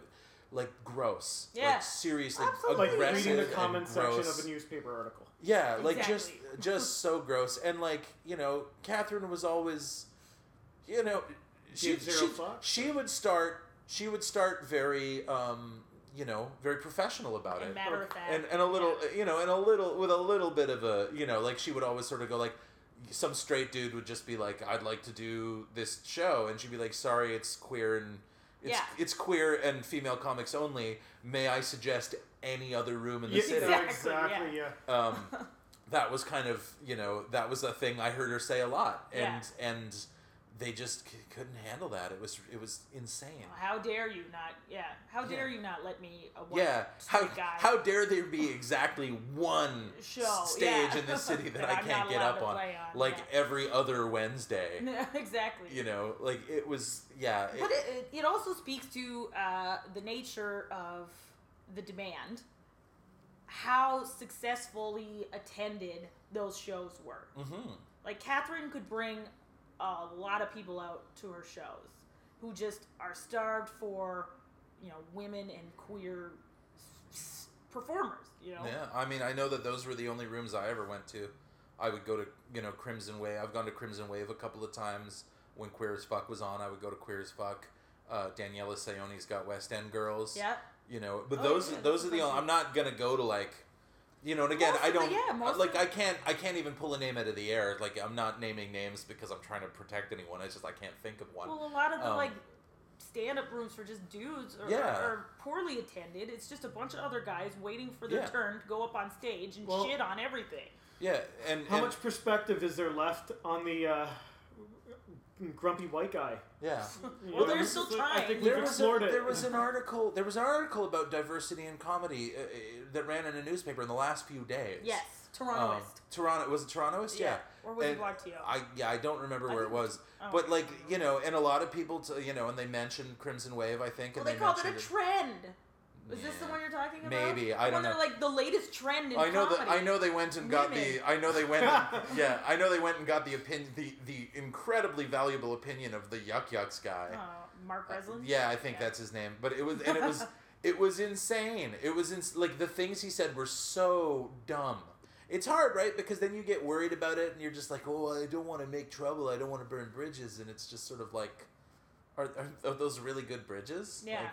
S3: Like gross,
S2: Yeah.
S3: like seriously
S2: Absolutely.
S1: Like
S3: aggressive
S1: reading the
S3: and
S1: comment section
S3: gross.
S1: of a newspaper article.
S3: Yeah, like just
S2: Exactly.
S3: just so gross. And like you know, Catherine was always, you know, she
S1: Give zero
S3: she,
S1: fucks.
S3: she would start she would start very um you know very professional about
S2: And
S3: it.
S2: matter of fact.
S3: And, and a little
S2: yeah.
S3: you know and a little with a little bit of a you know like she would always sort of go like some straight dude would just be like I'd like to do this show and she'd be like sorry it's queer and it's,
S2: Yeah.
S3: it's queer and female comics only may I suggest any other room in the
S1: Yeah,
S3: city
S1: no,
S2: Exactly,
S1: exactly, yeah.
S3: um, that was kind of you know that was a thing I heard her say a lot, and and they just c- couldn't handle that. It was it was insane.
S2: How dare you not? Yeah. How dare
S3: uh, Yeah.
S2: you not let me a white
S3: Yeah, how
S2: straight guy
S3: how dare there be exactly one
S2: show
S3: s- stage
S2: yeah.
S3: in this city that
S2: that
S3: I
S2: I'm
S3: can't
S2: not
S3: get
S2: allowed
S3: up
S2: to
S3: on,
S2: play on,
S3: like
S2: yeah.
S3: every other Wednesday?
S2: exactly.
S3: You know, like it was yeah. It,
S2: But it, it also speaks to uh, the nature of the demand, how successfully attended those shows were.
S3: mhm.
S2: Like, Catherine could bring a lot of people out to her shows who just are starved for, you know, women and queer s- s- performers, you know?
S3: Yeah, I mean, I know that those were the only rooms I ever went to. I would go to you know Crimson Wave. I've gone to Crimson Wave a couple of times when Queer as Fuck was on. I would go to Queer as Fuck. Uh, Daniela Sayoni's got West End Girls.
S2: Yep.
S3: You know, but
S2: Oh,
S3: those
S2: yeah,
S3: those
S2: that's
S3: are the
S2: what I
S3: only. I'm not gonna go to like, you know. And again,
S2: Most
S3: I
S2: of the-
S3: don't
S2: yeah, most
S3: like
S2: of the-
S3: I can't I can't even pull a name out of the air. Like I'm not naming names because I'm trying to protect anyone. It's just I can't think of one.
S2: Well, a lot of the
S3: Um,
S2: like stand-up rooms for just dudes are,
S3: Yeah.
S2: are poorly attended. It's just a bunch of other guys waiting for their
S3: Yeah.
S2: turn to go up on stage and
S1: Well-
S2: shit on everything.
S3: yeah, and
S1: How
S3: and-
S1: much perspective is there left on the uh, grumpy white guy?
S3: Yeah.
S2: Well, they're
S1: I
S2: still
S1: think- I
S2: trying.
S1: think we've
S3: there was, a,
S1: explored it.
S3: there was an article there was an article about diversity in comedy uh, uh, that ran in a newspaper in the last few days.
S2: Yes,
S3: Um,
S2: Torontoist.
S3: Toronto was it Torontoist? Yeah.
S2: Or was it
S3: And
S2: Guatio?
S3: I yeah I don't remember
S2: I
S3: where it
S2: think-
S3: was,
S2: oh.
S3: but like you know, and a lot of people t- you know, and they mentioned Crimson Wave I think,
S2: well,
S3: and
S2: they called it
S3: mentioned
S2: a trend. Is this the
S3: Yeah.
S2: one you're talking about?
S3: Maybe, I
S2: the
S3: don't
S2: one That,
S3: know.
S2: like the latest trend in
S3: I know
S2: comedy.
S3: that I know they went and got
S2: Women.
S3: the I know they went and, yeah I know they went and got the opinion the the incredibly valuable opinion of the Yuck Yucks guy.
S2: Uh, Mark Breslin.
S3: Yeah, I think that's his name. But it was and it was it was insane. It was ins- like the things he said were so dumb. It's hard, right? Because then you get worried about it and you're just like, "Oh, I don't want to make trouble. I don't want to burn bridges." And it's just sort of like Are, are, are those really good bridges?
S2: Yeah.
S3: Like,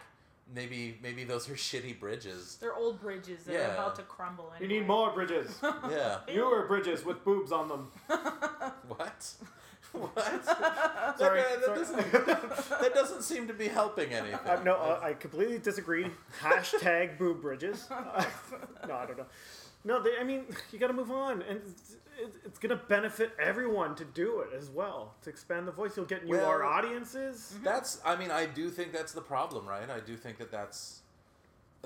S3: maybe maybe those are shitty bridges.
S2: They're old bridges that
S3: Yeah.
S2: are about to crumble.
S1: You
S2: Anyway.
S1: need more bridges.
S3: Yeah.
S1: Newer bridges with boobs on them.
S3: What? What? that,
S1: Sorry,
S3: that,
S1: sorry.
S3: Doesn't, that doesn't seem to be helping anything.
S1: Uh, no, uh, I completely disagree. Hashtag boob bridges. Uh, no, I don't know. No, they, I mean, you got to move on, and it's, it's- it's going to benefit everyone to do it as well. To expand the voice, you'll get newer
S3: Well-
S1: audiences.
S3: That's. I mean, I do think that's the problem, right? I do think that that's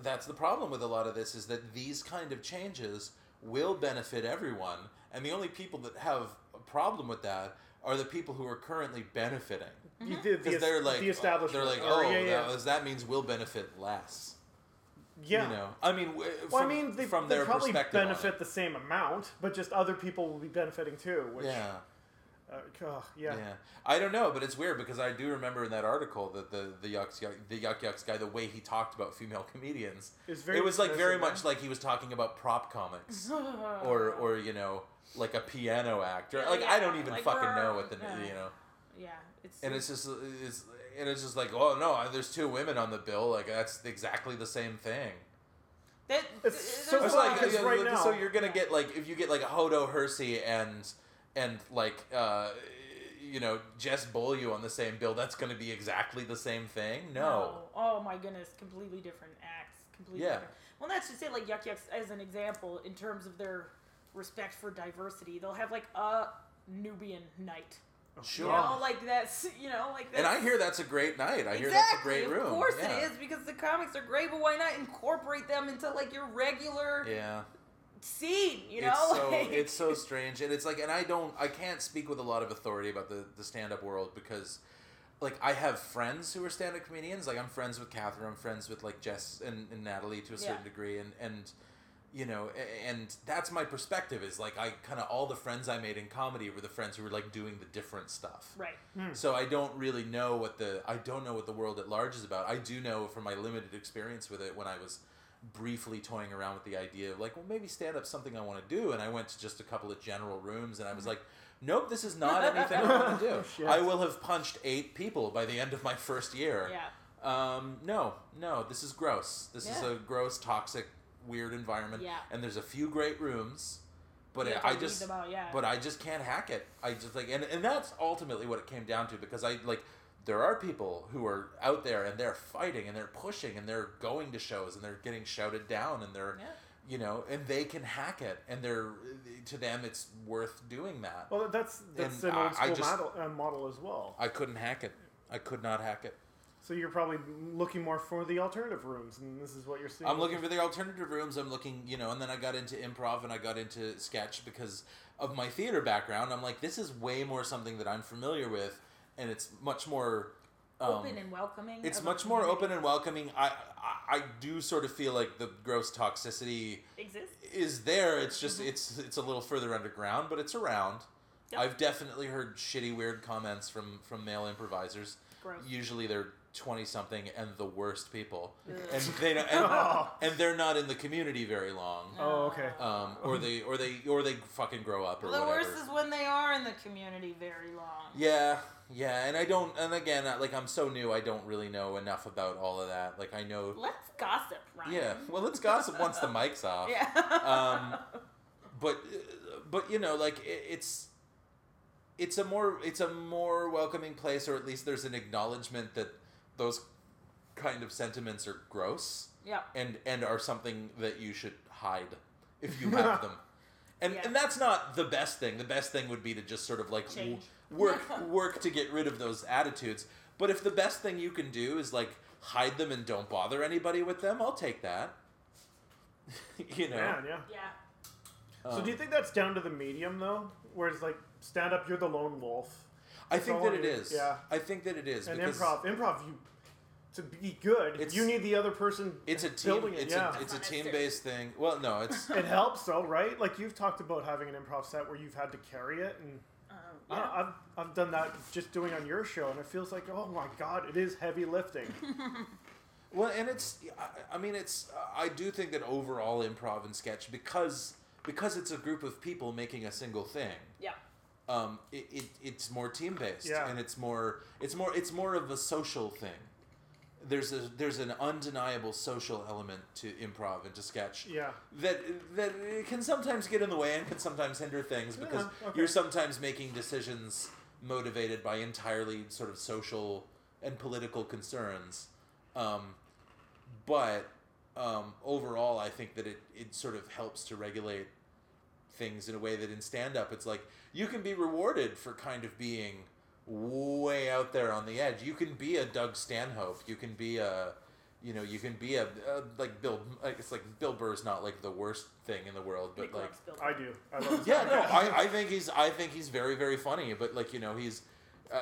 S3: that's the problem with a lot of this is that these kind of changes will benefit everyone, and the only people that have a problem with that are the people who are currently benefiting
S1: You did the,
S3: mm-hmm. because they're like
S1: the establishment.
S3: They're like,
S1: or-
S3: oh,
S1: yeah, yeah,
S3: that, that means we'll benefit less.
S1: yeah.
S3: You know, I mean, w- from,
S1: well, I mean, they,
S3: from
S1: they
S3: their
S1: probably
S3: perspective, on it.
S1: benefit the same amount, but just other people will be benefiting too. Which,
S3: Yeah.
S1: uh, ugh, yeah.
S3: Yeah, I don't know, but it's weird because I do remember in that article that the the yucks yuck, the yuck yucks guy, the way he talked about female comedians,
S1: It's very
S3: it was like very
S1: dismissive, huh?
S3: much like he was talking about prop comics or or you know like a piano actor.
S2: Yeah,
S3: Like I don't
S2: yeah,
S3: even
S2: like,
S3: fucking
S2: we're-
S3: know what the
S2: yeah.
S3: you know,
S2: yeah, it's
S3: and it's just it's and it's just like oh no, there's two women on the bill. Like that's exactly the same thing.
S2: that,
S1: It's so
S2: there's
S3: It's
S1: funny
S2: a lot
S3: like
S2: of-
S1: because
S3: yeah,
S1: right now-
S3: so you're gonna
S2: Yeah.
S3: get like if you get like Hodo Hersey and and like uh you know Jess Beaulieu on the same bill, that's gonna be exactly the same thing. No,
S2: Oh my goodness, completely different acts. Completely
S3: Yeah.
S2: different. Well, that's just it. Like Yuck Yucks, as an example, in terms of their respect for diversity, they'll have like a Nubian night.
S3: sure.
S2: You know, like that's you know, like that's,
S3: And I hear that's a great night. I hear
S2: exactly,
S3: that's a great room.
S2: Of course
S3: yeah.
S2: it is because the comics are great, but why not incorporate them into like your regular
S3: Yeah,
S2: scene? You know,
S3: it's so
S2: Like-
S3: it's so strange, and it's like, and I don't, I can't speak with a lot of authority about the the stand up world because, like, I have friends who are stand up comedians. Like, I'm friends with Catherine, I'm friends with like Jess and, and Natalie to a certain
S2: Yeah.
S3: degree, and and you know, a- and that's my perspective is like I kind of all the friends I made in comedy were the friends who were like doing the different stuff.
S2: right.
S3: So I don't really know what the I don't know what the world at large is about. I do know from my limited experience with it when I was briefly toying around with the idea of like, well, maybe stand up something I want to do, and I went to just a couple of general rooms, and I was like, nope, this is not anything I want to do.
S1: Shit.
S3: I will have punched eight people by the end of my first year.
S2: Yeah.
S3: Um, no, no, this is gross. This is
S2: Yeah.
S3: a gross, toxic, weird environment.
S2: Yeah.
S3: And there's a few great rooms, but
S2: You
S3: it,
S2: have to
S3: I
S2: weed
S3: just
S2: them out, yeah.
S3: but I just can't hack it. I just like and and that's ultimately what it came down to because I like there are people who are out there and they're fighting and they're pushing and they're going to shows and they're getting shouted down and they're
S2: Yeah.
S3: you know and they can hack it and they're to them it's worth doing that.
S1: Well, that's that's
S3: And
S1: an old
S3: I- I
S1: school
S3: just-
S1: model, uh, model as well.
S3: I couldn't hack it. I could not hack it.
S1: So you're probably looking more for the alternative rooms, and this is what you're seeing.
S3: I'm looking for the alternative rooms. I'm looking, you know, and then I got into improv and I got into sketch because of my theater background. I'm like, this is way more something that I'm familiar with, and it's much more um,
S2: open and welcoming.
S3: It's
S2: of a
S3: much more
S2: community
S3: open and welcoming. I, I I do sort of feel like the gross toxicity
S2: Exists.
S3: is there. It's just it's it's a little further underground, but it's around.
S2: Mm-hmm. Yep.
S3: I've definitely heard shitty, weird comments from from male improvisers.
S2: Gross.
S3: Usually they're twenty something and the worst people, and they don't, and, and they're not in the community very long.
S1: Oh, okay.
S3: Um, or they or they or they fucking grow up or
S2: the
S3: whatever.
S2: worst is when they are in the community very long.
S3: Yeah, yeah, and I don't, and again, I- like I'm so new, I don't really know enough about all of that. Like I know,
S2: Let's gossip, Ryan.
S3: yeah. Well, let's gossip once the mic's off.
S2: Yeah.
S3: Um, But, uh, but you know, like it, it's, it's a more, it's a more welcoming place, or at least there's an acknowledgement that those kind of sentiments are gross
S2: yeah.
S3: and and are something that you should hide if you have them. And,
S2: Yeah.
S3: and that's not the best thing. The best thing would be to just sort of like w-
S2: Change.
S3: work work to get rid of those attitudes. But if the best thing you can do is like hide them and don't bother anybody with them, I'll take that. you know. Um,
S1: Man, yeah.
S2: Yeah.
S1: so do you think that's down to the medium though, where it's like stand up, you're the lone wolf,
S3: I think
S1: Someone-
S3: that it is.
S1: yeah.
S3: I think that it is
S1: and
S3: because
S1: improv, improv, you to be good,
S3: It's-
S1: you need the other person.
S3: it's a team
S1: building it.
S3: it's
S1: yeah,
S3: a, it's a
S2: That's not
S3: team based thing. Well, no, it's
S1: it helps though, right? Like you've talked about having an improv set where you've had to carry it, and I
S2: Um, yeah.
S1: I, I've I've done that just doing on your show, and it feels like oh my god, it is heavy lifting.
S3: Well, and it's I, I mean it's I do think that overall improv and sketch because because it's a group of people making a single thing.
S2: yeah.
S3: um, it, it it's more team based
S1: Yeah.
S3: and it's more it's more it's more of a social thing. There's a there's an undeniable social element to improv and to sketch
S1: Yeah.
S3: that that it can sometimes get in the way and can sometimes hinder things because
S1: Yeah, okay.
S3: you're sometimes making decisions motivated by entirely sort of social and political concerns. Um, but um, overall, I think that it, it sort of helps to regulate things in a way that in stand up, it's like you can be rewarded for kind of being way out there on the edge. You can be a Doug Stanhope. You can be a, you know, you can be a, a like Bill. Like, it's like Bill Burr's not like the worst thing in the world, but
S2: Nick
S3: like
S2: loves Bill
S1: I
S2: Burr.
S1: do. I love this
S3: yeah, no,
S1: podcast.
S3: I, I think he's I think he's very very funny, but like you know he's. Uh,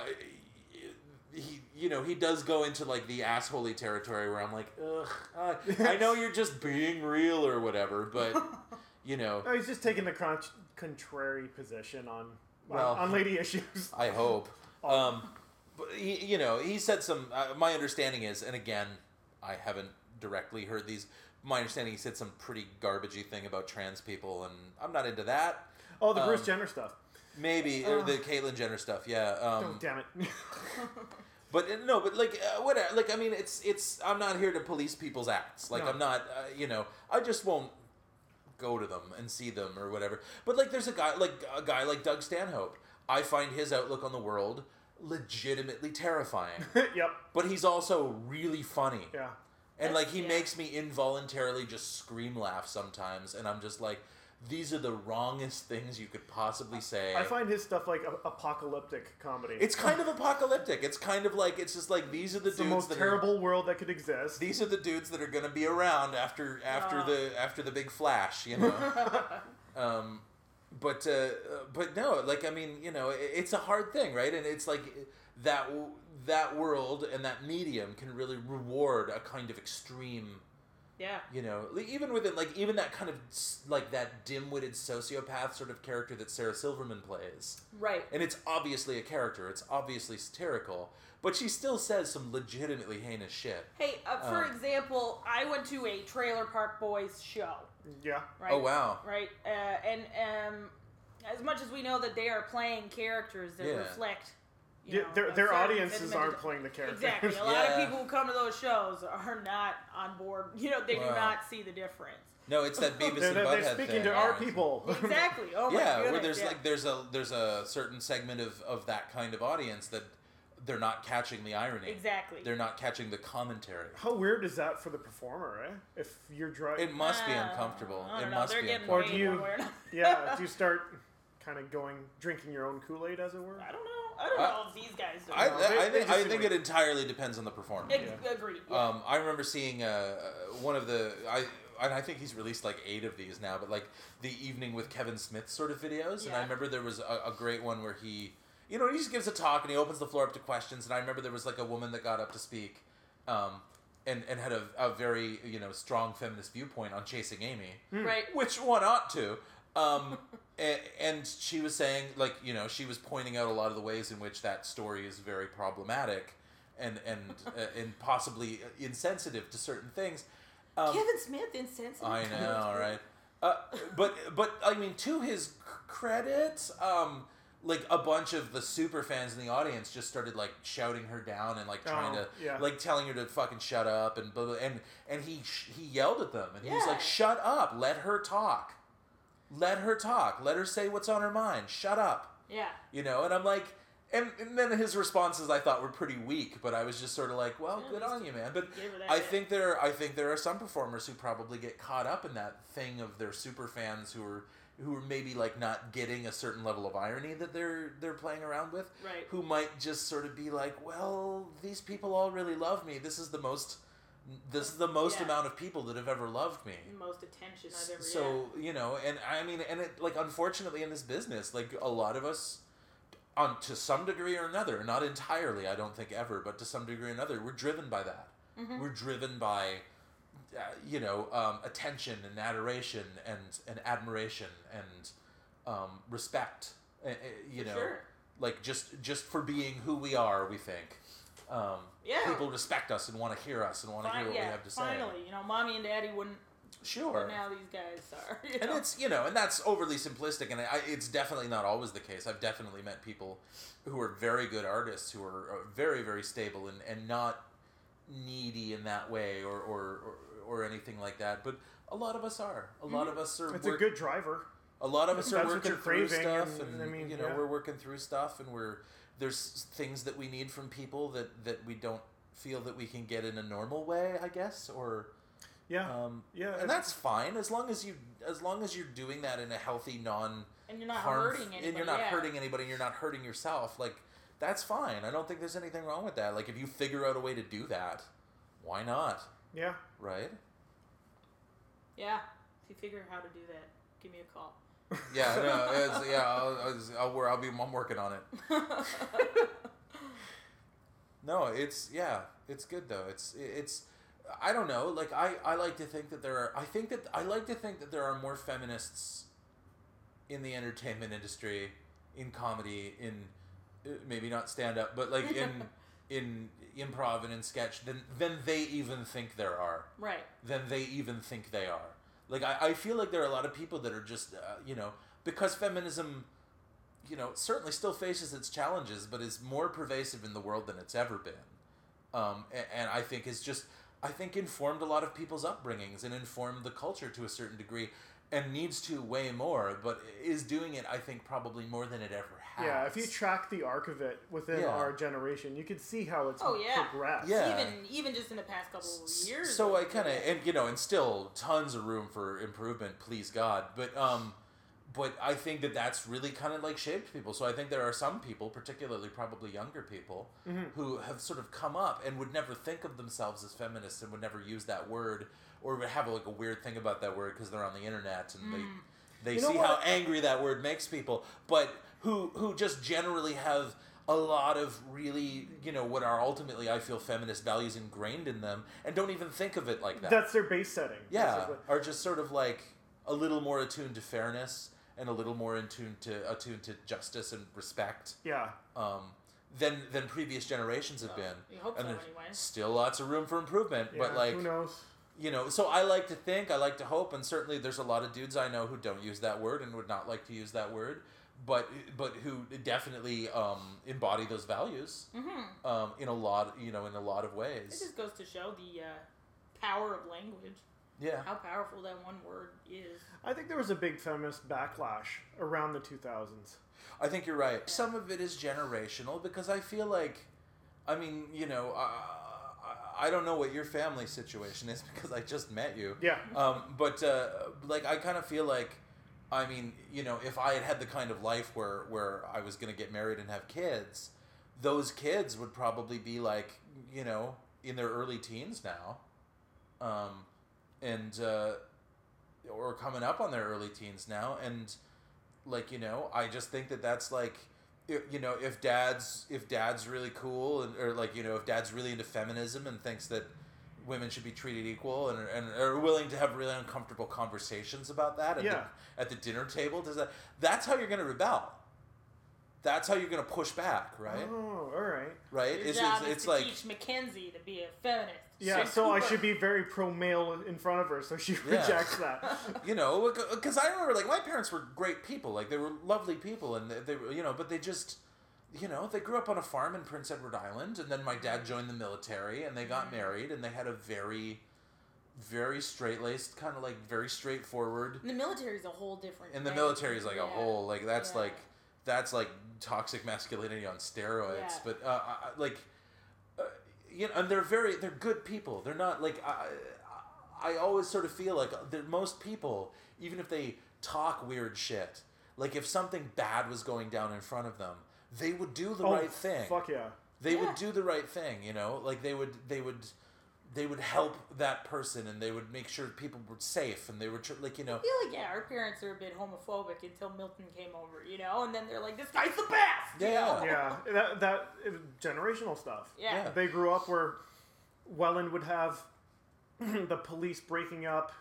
S3: he, you know, he does go into like the assholey territory where I'm like, ugh, uh, I know you're just being real or whatever, but you know,
S1: No, he's just taking the cron- contrary position on,
S3: Well-
S1: on on lady issues.
S3: I hope. Um, but he, you know, he said some. Uh, my understanding is, and again, I haven't directly heard these. My understanding, he said some pretty garbagey thing about trans people, and I'm not into that.
S1: Oh, the Bruce
S3: Um,
S1: Jenner stuff.
S3: Maybe or the Caitlyn Jenner stuff. Yeah. Um,
S1: Oh, damn it.
S3: But uh, no, but like uh, whatever. Like I mean, it's it's. I'm not here to police people's acts. Like
S1: No.
S3: I'm not. Uh, you know, I just won't go to them and see them or whatever. But like, there's a guy like a guy like Doug Stanhope. I find his outlook on the world legitimately terrifying.
S1: yep.
S3: but he's also really funny.
S1: Yeah.
S3: And like he
S2: Yeah.
S3: makes me involuntarily just scream laugh sometimes, and I'm just like, these are the wrongest things you could possibly say.
S1: I find his stuff like a- apocalyptic comedy.
S3: it's kind of apocalyptic. It's kind of like it's just like these are the
S1: It's the
S3: dudes
S1: most
S3: that are-
S1: terrible world that could exist.
S3: these are the dudes that are gonna be around after after
S2: Yeah.
S3: the after the big flash, you know. um, but uh, uh, but no, like I mean, you know, i it's a hard thing, right? And it's like that w- that world and that medium can really reward a kind of extreme,
S2: Yeah.
S3: you know, li- even within like even that kind of s- like that dim-witted sociopath sort of character that Sarah Silverman plays
S2: Right.
S3: and it's obviously a character it's obviously satirical but she still says some legitimately heinous shit
S2: Hey, uh, for
S3: Um,
S2: example, I went to a Trailer Park Boys show,
S1: yeah.
S2: right?
S3: oh wow
S2: Right, uh, and um, as much as we know that they are playing characters that
S3: Yeah.
S2: reflect, you
S1: Yeah,
S2: know,
S1: their
S2: a
S1: their
S2: certain
S1: audiences
S2: sentiment-
S1: aren't playing the characters.
S2: Exactly. A lot of
S3: Yeah.
S2: people who come to those shows are not on board. You know, they do
S3: Wow.
S2: not see the difference.
S3: No, it's that Beavis
S1: they're,
S3: and
S1: they're- they're
S3: Butthead
S1: speaking to
S3: thing.
S1: our people.
S2: Exactly. Oh my
S3: yeah,
S2: goodness.
S3: where there's
S2: yeah.
S3: like there's a there's a certain segment of of that kind of audience that they're not catching the irony.
S2: exactly.
S3: They're not catching the commentary.
S1: How weird is that for the performer, eh? If you're drunk,
S3: It must be
S2: Ah,
S3: uncomfortable.
S2: I
S3: It
S2: don't know.
S3: must
S2: They're
S3: be
S2: getting
S1: Or
S3: uncomfortable.
S1: do
S2: way
S1: you-
S2: nowhere.
S1: yeah, do you start kind of going drinking your own Kool Aid, as it were?
S2: I don't know. I don't
S3: I-
S2: know if these guys do.
S3: I,
S1: No,
S3: I,
S1: they- they
S3: think
S1: just
S3: I
S1: seem
S3: think
S1: like-
S3: it entirely depends on the performer.
S2: Ag-
S1: Yeah.
S2: Agreed. Yeah.
S3: Um, I remember seeing uh, uh, one of the I and I think he's released like eight of these now, but like the evening with Kevin Smith sort of videos. And I
S2: Yeah.
S3: remember there was a, a great one where he, you know, he just gives a talk and he opens the floor up to questions. And I remember there was like a woman that got up to speak, um, and and had a, a very you know strong feminist viewpoint on chasing Amy
S2: right.
S3: which one ought to. Um, and, and she was saying, like, you know, she was pointing out a lot of the ways in which that story is very problematic and and uh, and possibly insensitive to certain things. Um,
S2: Kevin Smith insensitive.
S3: I know, right? Uh, but but I mean, to his c- credit, um, like a bunch of the super fans in the audience just started like shouting her down and like trying
S1: Oh,
S3: to
S1: yeah.
S3: like telling her to fucking shut up and blah, blah, and and he sh- he yelled at them and he was
S2: Yeah.
S3: like, "Shut up! Let her talk. Let her talk. Let her say what's on her mind. Shut up."
S2: Yeah.
S3: you know and i'm like and, and then his responses i thought were pretty weak but i was just sort of like well
S2: Yeah,
S3: good
S2: just
S3: on you man but
S2: give her that
S3: i
S2: bit.
S3: think there i think there are some performers who probably get caught up in that thing of their super fans who are who are maybe like not getting a certain level of irony that they're they're playing around with
S2: Right.
S3: who might just sort of be like well these people all really love me this is the most this is the most
S2: Yeah.
S3: amount of people that have ever loved me
S2: Most attention I've ever.
S3: so you know and i mean and it like unfortunately in this business like a lot of us on to some degree or another not entirely i don't think ever but to some degree or another we're driven by that
S2: Mm-hmm.
S3: we're
S2: Mm.
S3: driven by uh, you know um, attention and adoration and and admiration and um, respect uh, uh, you
S2: For
S3: know
S2: sure.
S3: like just just for being who we are we think um,
S2: Yeah.
S3: people respect us and want to hear us and want to
S2: Fin-
S3: hear what
S2: yeah,
S3: we have to say
S2: finally, you know, mommy and daddy wouldn't But
S3: Sure.
S2: now these guys are. You
S3: And
S2: know.
S3: it's you know, and that's overly simplistic, and I, it's definitely not always the case. I've definitely met people who are very good artists who are uh, very very stable and and not needy in that way or or or, or anything like that. But a lot of us are. A lot of us are.
S1: It's Mm-hmm. a
S3: work-
S1: good driver.
S3: a lot of us are
S1: That's what
S3: working
S1: you're
S3: through
S1: craving,
S3: stuff,
S1: and,
S3: and,
S1: I mean,
S3: you know
S1: yeah.
S3: we're working through stuff, and we're there's things that we need from people that that we don't feel that we can get in a normal way, I guess, or
S1: Yeah.
S3: um,
S1: Yeah,
S3: and
S1: and-
S3: that's fine as long as you as long as you're doing that in a healthy, non
S2: and you're not
S3: harm,
S2: hurting anybody.
S3: and you're not
S2: yeah.
S3: hurting anybody, and you're not hurting yourself. Like that's fine. I don't think there's anything wrong with that. Like if you figure out a way to do that, why not?
S1: yeah.
S3: Right?
S2: Yeah. If you figure out how to do that, give me a call.
S3: Yeah, no, it's, yeah. I'll, I'll, I'll, wor- I'll be. I'm working on it. No, it's yeah, it's good though. It's it's I don't know. Like I I like to think that there are I think that I like to think that there are more feminists in the entertainment industry, in comedy, in uh, maybe not stand up, but like in in improv and in sketch than than they even think there are
S2: right.
S3: than they even think they are. Like I, I feel like there are a lot of people that are just uh, you know because feminism, you know, certainly still faces its challenges, but is more pervasive in the world than it's ever been. Um, and, and I think is just I think informed a lot of people's upbringings and informed the culture to a certain degree, and needs to way more, but is doing it I think probably more than it ever has.
S1: Yeah, if you track the arc of it within
S3: Yeah.
S1: our generation, you can see how it's
S2: Oh, yeah.
S1: progressed.
S3: Yeah.
S2: Even even just in the past couple
S1: Oh,
S2: of years.
S3: So I
S2: like,
S3: kind of and you know and still tons of room for improvement, please God. But um, but I think that that's really kind of like shaped people. So I think there are some people, particularly probably younger people,
S1: Mm-hmm.
S3: who have sort of come up and would never think of themselves as feminists and would never use that word or would have like a weird thing about that word because they're on the internet and they they
S1: Mm. You know
S3: see how
S1: what?
S3: angry that word makes people, but who who just generally have a lot of really, you know, what are ultimately I feel feminist values ingrained in them and don't even think of it like that.
S1: That's their base setting.
S3: yeah,
S1: That's what-
S3: are just sort of like a little more attuned to fairness and a little more in tune to attuned to justice and respect
S1: yeah.
S3: um, than than previous generations have been.
S2: you hope
S3: and
S2: so,
S3: there's
S2: anyway.
S3: Still lots of room for improvement,
S1: yeah.
S3: but like
S1: who knows?
S3: you know so i like to think i like to hope and certainly there's a lot of dudes i know who don't use that word and would not like to use that word but but who definitely um, embody those values um, in a lot you know in a lot of
S2: Mm-hmm. it
S3: ways
S2: just goes to show the uh, power of language.
S3: yeah
S2: How powerful that one word is.
S1: I think there was a big feminist backlash around the 2000s.
S3: i think you're right some of it is generational because i feel like i mean you know uh, i don't know what your family situation is because i just met you
S1: Yeah.
S3: um, but uh, like I kind of feel like I mean you know if I had had the kind of life where where I was gonna get married and have kids, those kids would probably be like you know in their early teens now, um, and uh, or coming up on their early teens now and like you know I just think that that's like. i- You know, if dad's if dad's really cool, and or like you know, if dad's really into feminism and thinks that women should be treated equal and, and are willing to have really uncomfortable conversations about that at,
S1: Yeah.
S3: the, at the dinner table does that that's how you're going to rebel that's how you're going to push back right
S1: Oh, all right.
S3: right
S2: Your
S3: it's,
S2: job
S3: it's,
S2: is
S3: it's
S2: to
S3: like
S2: teach Mackenzie to be a feminist.
S1: Yeah,
S2: She's
S1: so I
S2: super-
S1: should be very pro male in front of her, so she rejects that.
S3: you know because i remember like my parents were great people like they were lovely people and they, they were you know but they just you know they grew up on a farm in prince edward island and then my dad joined the military and they got married and they had a very very straight-laced kind of like very straightforward
S2: And the military is a whole different.
S3: And the
S2: thing.
S3: military is like a
S2: Yeah.
S3: whole like that's
S2: Yeah.
S3: like that's like toxic masculinity on steroids.
S2: Yeah.
S3: But uh, I, I- like uh, you know, and they're very they're good people. They're not like I I I always sort of feel like the most people, even if they talk weird shit, like if something bad was going down in front of them, they would do the
S1: Oh,
S3: right thing
S1: Fuck yeah.
S3: they
S2: Yeah.
S3: would do the right thing you know like they would they would they would help that person and they would make sure people were safe and they were tr- like you know
S2: I feel like yeah, our parents are a bit homophobic until Milton came over, you know, and then they're like, "This guy's the best." you
S3: Yeah.
S2: know?
S1: Yeah, that, that it was generational stuff.
S2: yeah,
S3: Yeah.
S1: They grew up where Welland would have the police breaking up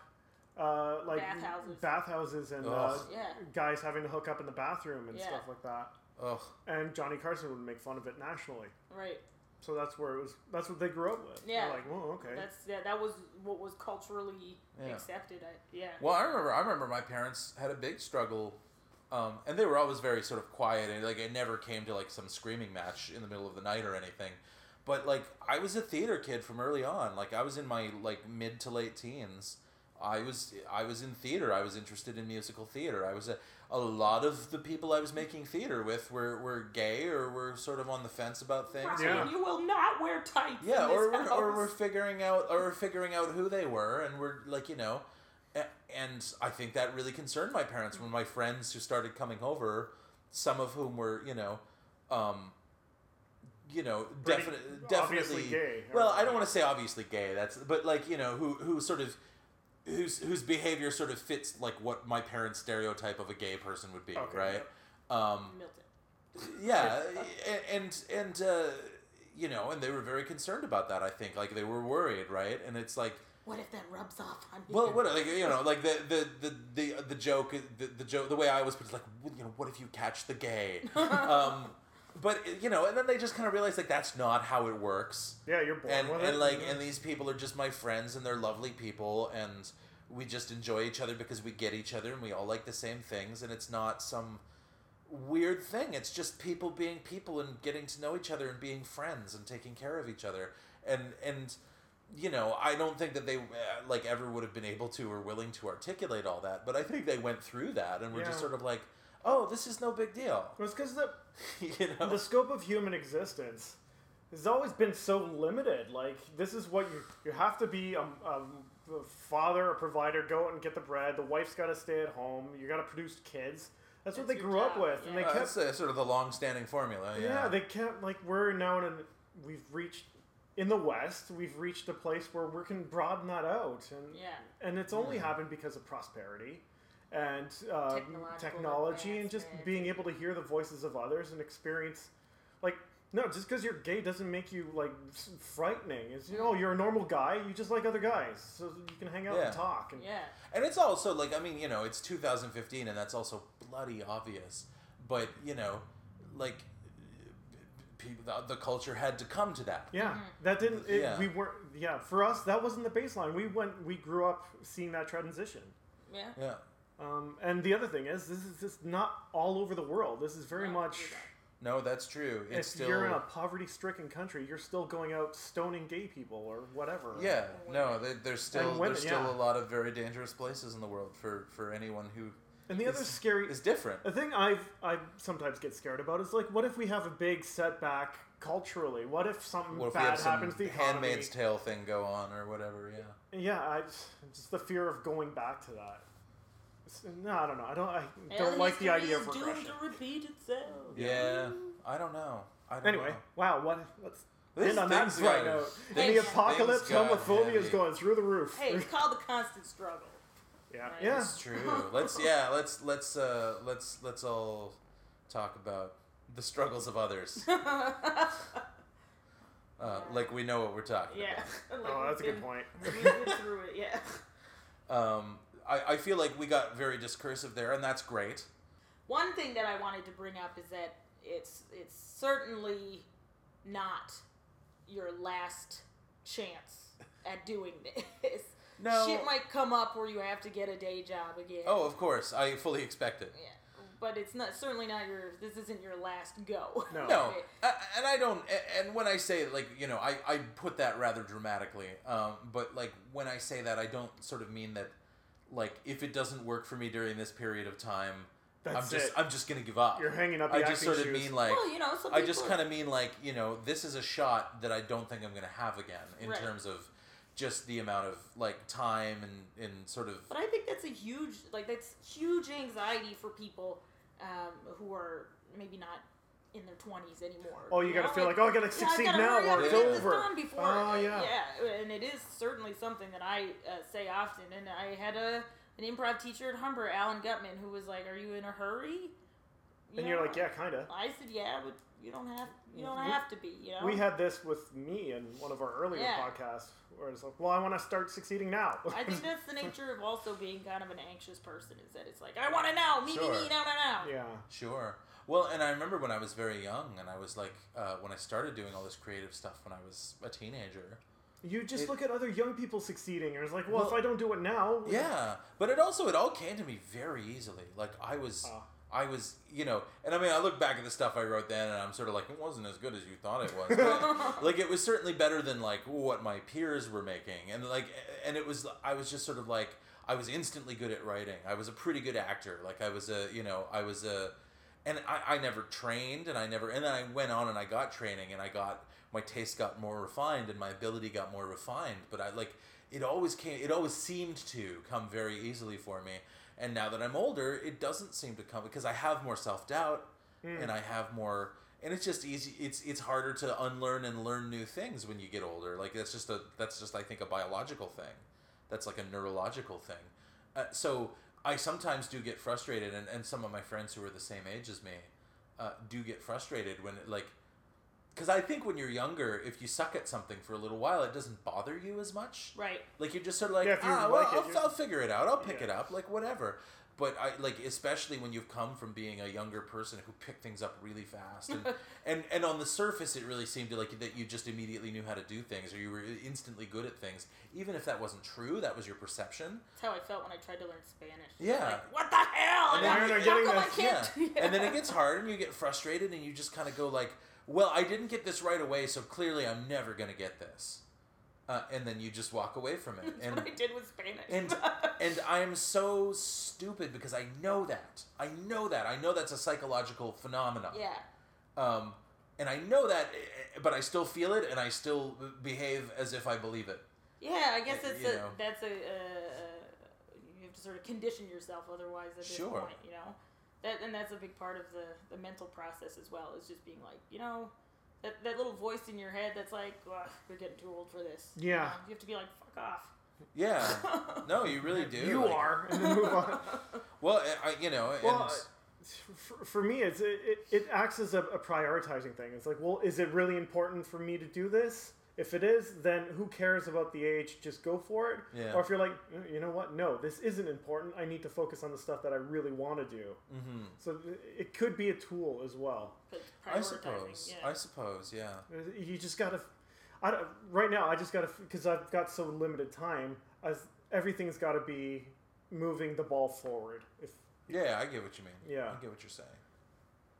S1: uh, like
S2: Bathhouses.
S1: bathhouses and uh,
S3: Ugh.
S2: Yeah.
S1: guys having to hook up in the bathroom and
S2: Yeah.
S1: stuff like that.
S3: ugh
S1: And Johnny Carson would make fun of it nationally.
S2: right.
S1: So that's where it was. That's what they grew up with. They're
S2: Yeah.
S1: like, whoa, okay.
S2: That's yeah, that was what was culturally
S3: Yeah.
S2: accepted. I, yeah.
S3: Well, I remember. I remember my parents had a big struggle, um, and they were always very sort of quiet, and like it never came to like some screaming match in the middle of the night or anything. But like I was a theater kid from early on. Like I was in my like mid to late teens. I was I was in theater. I was interested in musical theater. I was a, a lot of the people I was making theater with were, were gay or were sort of on the fence about things.
S2: Brian,
S3: or-
S1: Yeah.
S2: you will not wear tights. in
S3: yeah, or
S2: this
S3: we're, or
S2: house.
S3: we're figuring out or we're figuring out who they were, and we're like you know, a- and I think that really concerned my parents when my friends who started coming over, some of whom were you know, um, you know,
S1: Pretty
S3: definitely
S1: obviously
S3: definitely
S1: gay, or-
S3: Well, I don't want to say obviously gay. That's but like you know who who sort of. Whose, whose behavior sort of fits like what my parents' stereotype of a gay person would be,
S1: Okay,
S3: right? Um,
S2: Milton.
S3: yeah a- and and uh, you know and they were very concerned about that i think like they were worried right and it's like
S2: What if that rubs off on you?
S3: well what like you know like the the the the, the joke the, the joke the way i was put is like you know what if you catch the gay um but you know and then they just kind of realize like that's not how it works
S1: yeah, you're born
S3: and
S1: with
S3: and
S1: it.
S3: like
S1: yeah.
S3: and these people are just my friends and they're lovely people and we just enjoy each other because we get each other and we all like the same things and it's not some weird thing it's just people being people and getting to know each other and being friends and taking care of each other and and you know i don't think that they uh, like ever would have been able to or willing to articulate all that but i think they went through that and were
S1: Yeah.
S3: just sort of like oh this is no big deal
S1: It was because the
S3: you know
S1: the scope of human existence has always been so limited. Like this is what you you have to be a, a, a father, a provider, go out and get the bread. The wife's got to stay at home. You got to produce kids. That's, what
S2: That's
S1: they
S2: your
S1: grew up
S2: job,
S1: with, and they
S3: Uh,
S1: kept
S3: that's uh, sort of the long-standing formula
S1: yeah. they kept like we're now in an, we've reached in the West. We've reached a place where we can broaden that out, and
S2: Yeah.
S1: and it's only happened because of prosperity and um,
S2: Technological
S1: technology and just
S2: advancement.
S1: being able to hear the voices of others and experience like no just because you're gay doesn't make you like s- frightening it's you know you're a normal guy you just like other guys so you can hang out
S3: Yeah.
S1: and talk and
S2: Yeah.
S3: And it's also like I mean, you know, it's 2015 and that's also bloody obvious. But, you know, like people the, the culture had to come to that.
S1: Yeah,
S2: Mm-hmm.
S1: that didn't. It,
S3: Yeah.
S1: We weren't. Yeah, for us, that wasn't the baseline. We went. We grew up seeing that transition.
S2: Yeah.
S3: Yeah.
S1: Um, and the other thing is, this is just not all over the world. This is very
S2: No,
S1: much.
S2: you're right.
S3: No, that's true. It's
S1: if
S3: still
S1: you're in a poverty-stricken country, you're still going out stoning gay people or whatever.
S3: Yeah. No, there- there's still
S1: And women,
S3: there's still
S1: yeah.
S3: a lot of very dangerous places in the world for for anyone who
S1: And the other
S3: It's-
S1: scary
S3: is different.
S1: the thing I've I sometimes get scared about is like, what if we have a big setback culturally? What if something
S3: What if we
S1: bad
S3: have
S1: happens to
S3: some
S1: the economy?
S3: Handmaid's Tale thing go on or whatever? Yeah.
S1: yeah, I, just the fear of going back to that. It's- No, I don't know. I don't. I don't
S2: And
S1: like the
S2: history
S1: idea of
S2: is doomed
S1: regression.
S2: to repeat itself.
S3: Yeah. I don't know. I don't
S1: Anyway,
S3: know.
S1: wow, what what's
S3: This
S1: end on that
S3: thing's
S1: bright
S3: got-
S1: note.
S2: things-
S1: In the apocalypse,
S3: things got
S1: homophobia is
S3: heavy.
S1: going through the roof.
S2: Hey, it's called the constant struggle.
S1: yeah,
S2: Right.
S1: yeah.
S3: That's true. Let's yeah, let's let's uh let's let's all talk about the struggles of others. Uh, like we know what we're talking
S2: Yeah. Like,
S1: Oh, that's a
S2: we've
S1: good
S2: been-
S1: point.
S2: We've been through it. Yeah.
S3: about. Um I, I feel like we got very discursive there and that's great.
S2: One thing that I wanted to bring up is that it's it's certainly not your last chance at doing this.
S3: No.
S2: Shit might come up where you have to get a day job again.
S3: Oh, of course. I fully expect it.
S2: Yeah. But it's not certainly not your this isn't your last go.
S1: No.
S3: No, a- and I don't. a- And when I say like you know, I, I put that rather dramatically. Um, but like when I say that, I don't sort of mean that. Like if it doesn't work for me during this period of time,
S1: That's
S3: I'm just
S1: it.
S3: I'm just gonna give up.
S1: You're hanging up
S3: I
S1: the
S3: just
S1: acting
S3: sort of
S1: shoes.
S3: mean like
S2: well, you know, some
S3: I just
S2: people-
S3: kind of mean like you know this is a shot that I don't think I'm gonna have again in
S2: Right.
S3: terms of just the amount of like time and and sort of
S2: But I think that's a huge, like, that's huge anxiety for people um, who are maybe not in their 20s anymore.
S1: Oh, you gotta
S2: know?
S1: feel like, oh, I gotta
S2: yeah, I've
S1: succeed
S2: gotta
S1: now
S2: hurry up
S1: or
S2: and
S1: it's
S2: get this
S1: over.
S2: done before-
S1: Oh, yeah.
S2: Yeah, and it is certainly something that I uh, say often. And I had a an improv teacher at Humber, Alan Gutman, who was like, Are you in a hurry?
S1: And you're like, yeah, kind of.
S2: I said, yeah, but you don't have you don't
S1: We-
S2: have to be, you know.
S1: We had this with me in one of our earlier
S2: Yeah.
S1: podcasts where it's like, well, I want to start succeeding now.
S2: I think that's the nature of also being kind of an anxious person is that it's like I want to know, me, me, me,
S3: Sure.
S2: now, now, now.
S1: yeah.
S3: Sure. Well, and I remember when I was very young, and I was like, uh, when I started doing all this creative stuff when I was a teenager.
S1: You just
S3: It-
S1: look at other young people succeeding, and it's like, well, if
S3: Well-
S1: I don't do it now,
S3: Yeah, but it also it all came to me very easily. Like I was,
S1: Oh.
S3: I was, you know, and I mean, I look back at the stuff I wrote then, and I'm sort of like, it wasn't as good as you thought it was. But, like it was certainly better than like what my peers were making, and like, and it was, I was just sort of like, I was instantly good at writing. I was a pretty good actor. Like I was a, you know, I was a, and I, I never trained, and I never, and then I went on and I got training, and I got my taste got more refined, and my ability got more refined. But I like it always came it always seemed to come very easily for me and now that i'm older it doesn't seem to come because i have more self-doubt
S1: hmm.
S3: and i have more and it's just easy it's it's harder to unlearn and learn new things when you get older like that's just a that's just i think a biological thing that's like a neurological thing uh, so i sometimes do get frustrated and, and some of my friends who are the same age as me uh, do get frustrated when it, like because i think when you're younger if you suck at something for a little while it doesn't bother you as much
S2: Right.
S3: like you're just sort of like,
S1: Yeah, if you
S3: ah, well,
S1: like it,
S3: I'll,
S1: you're-
S3: I'll figure it out. I'll pick
S1: Yeah.
S3: it up. Like whatever. But I like, especially when you've come from being a younger person who picked things up really fast, and and, and on the surface, it really seemed to like that you just immediately knew how to do things, or you were instantly good at things, even if that wasn't true. That was your perception.
S2: That's how I felt when I tried to learn Spanish.
S3: Yeah.
S2: Like, what the hell?
S3: And
S2: I'm
S3: then
S2: like,
S1: you're
S2: how
S1: getting
S2: come I
S1: this-
S2: can't do
S3: And then it gets hard, and you get frustrated, and you just kind of go like, "Well, I didn't get this right away, so clearly I'm never gonna get this," uh, and then you just walk away from it.
S2: That's
S3: and
S2: what I did with Spanish.
S3: and and uh, I am so stupid because I know that. I know that. I know that's a psychological phenomenon.
S2: yeah.
S3: Um, and I know that, eh, but I still feel it, and I still behave as if I believe it.
S2: Yeah, I guess
S3: Uh,
S2: that's
S3: you
S2: a
S3: know.
S2: that's a uh, uh, you have to sort of condition yourself otherwise at this
S3: Sure.
S2: point, you know. That and that's a big part of the the mental process as well is just being like, you know, that, that little voice in your head that's like, "Ugh, you're getting too old for this. You
S1: Yeah.
S2: know, you have to be like, fuck off.
S3: Yeah. no, you really do.
S1: you
S3: Like,
S1: are, and then move on.
S3: Well, eh, I, you know,
S1: Well,
S3: and
S1: for, for me, it's it, it- it acts as a, a prioritizing thing. It's like, well, is it really important for me to do this? If it is, then who cares about the age? Just go for it.
S3: Yeah.
S1: Or if you're like, "Mm, you know what? No, this isn't important. I need to focus on the stuff that I really want to do.
S3: mhm.
S1: So uh, it could be a tool as well.
S2: But it's
S3: I
S2: prioritizing,
S3: suppose.
S2: Yeah.
S3: I suppose. Yeah.
S1: You just gotta. I don't- right now, I just gotta because I've got so limited time. As everything's got to be moving the ball forward. If
S3: Yeah, I get what you mean.
S1: Yeah.
S3: I get what you're saying.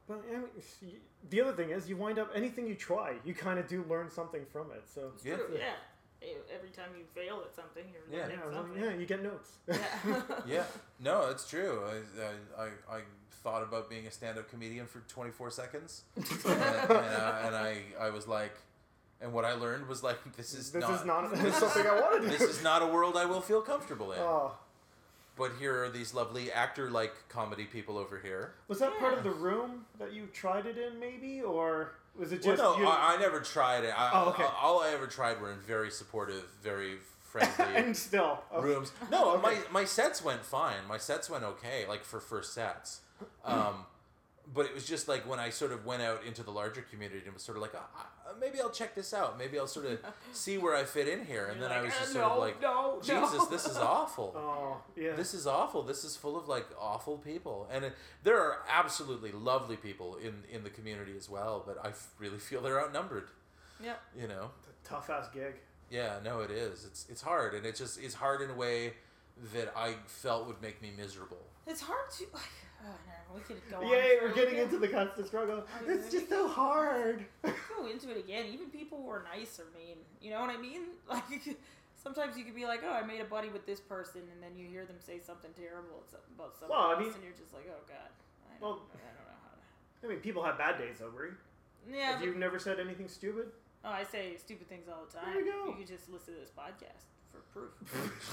S1: But I mean, if you- the other thing is, you wind up anything you try, you kind of do learn something from it. So
S2: It's
S3: Yeah.
S2: true, yeah. E- Every time you fail at something, you're
S3: Yeah.
S2: learning
S1: yeah, well,
S2: something.
S1: yeah, you get notes.
S2: Yeah.
S3: Yeah. No, it's true. I, I, I, I thought about being a stand-up comedian for 24 seconds, and, and, I, and I, I was like, and what I learned was like, this is
S1: this
S3: not,
S1: is not something I want to do.
S3: this is not a world I will feel comfortable in.
S1: Oh,
S3: But here are these lovely actor-like comedy people over here.
S1: was that part
S2: Yeah.
S1: of the room that you tried it in, maybe, or was it
S3: Well,
S1: just
S3: no,
S1: you?
S3: I, I never tried it. I,
S1: Oh, okay.
S3: All I ever tried were in very supportive, very friendly
S1: and still, oh,
S3: rooms. No,
S1: Okay.
S3: my my sets went fine. My sets went okay, like for first sets. Um, but it was just like when I sort of went out into the larger community and was sort of like, "Ah, ah, maybe I'll check this out. Maybe I'll sort of see where I fit in here. And
S2: You're
S3: then I
S2: like,
S3: was
S2: "Uh,
S3: just
S2: no,
S3: sort of like,
S2: no,
S3: Jesus,
S2: no.
S3: this is awful.
S1: oh, yeah.
S3: This is awful. This is full of like awful people, and it, there are absolutely lovely people in in the community as well. But I f- really feel they're outnumbered.
S2: Yep.
S3: You know.
S1: tough ass gig.
S3: Yeah, no, it is. It's it's hard, and it just it's hard in a way that I felt would make me miserable.
S2: It's hard to. Like, oh, no, we could go on.
S1: Yay,
S2: for-
S1: we're
S2: we
S1: getting
S2: could
S1: into the constant struggle.
S2: yeah.
S1: It's just so hard.
S2: go into it again. Even people who are nice are mean. You know what I mean? Like sometimes you could be like, "Oh, I made a buddy with this person," and then you hear them say something terrible at some- about someone
S1: Well, I
S2: else,
S1: mean-
S2: and you're just like, "Oh God, I don't,
S1: Well-
S2: I don't know how." To...
S1: I mean, people have bad days, though, Brie.
S2: Yeah,
S1: Have
S2: but,
S1: you never said anything stupid?
S2: oh, I say stupid things all the time.
S1: There you go.
S2: could just listen to this podcast for proof.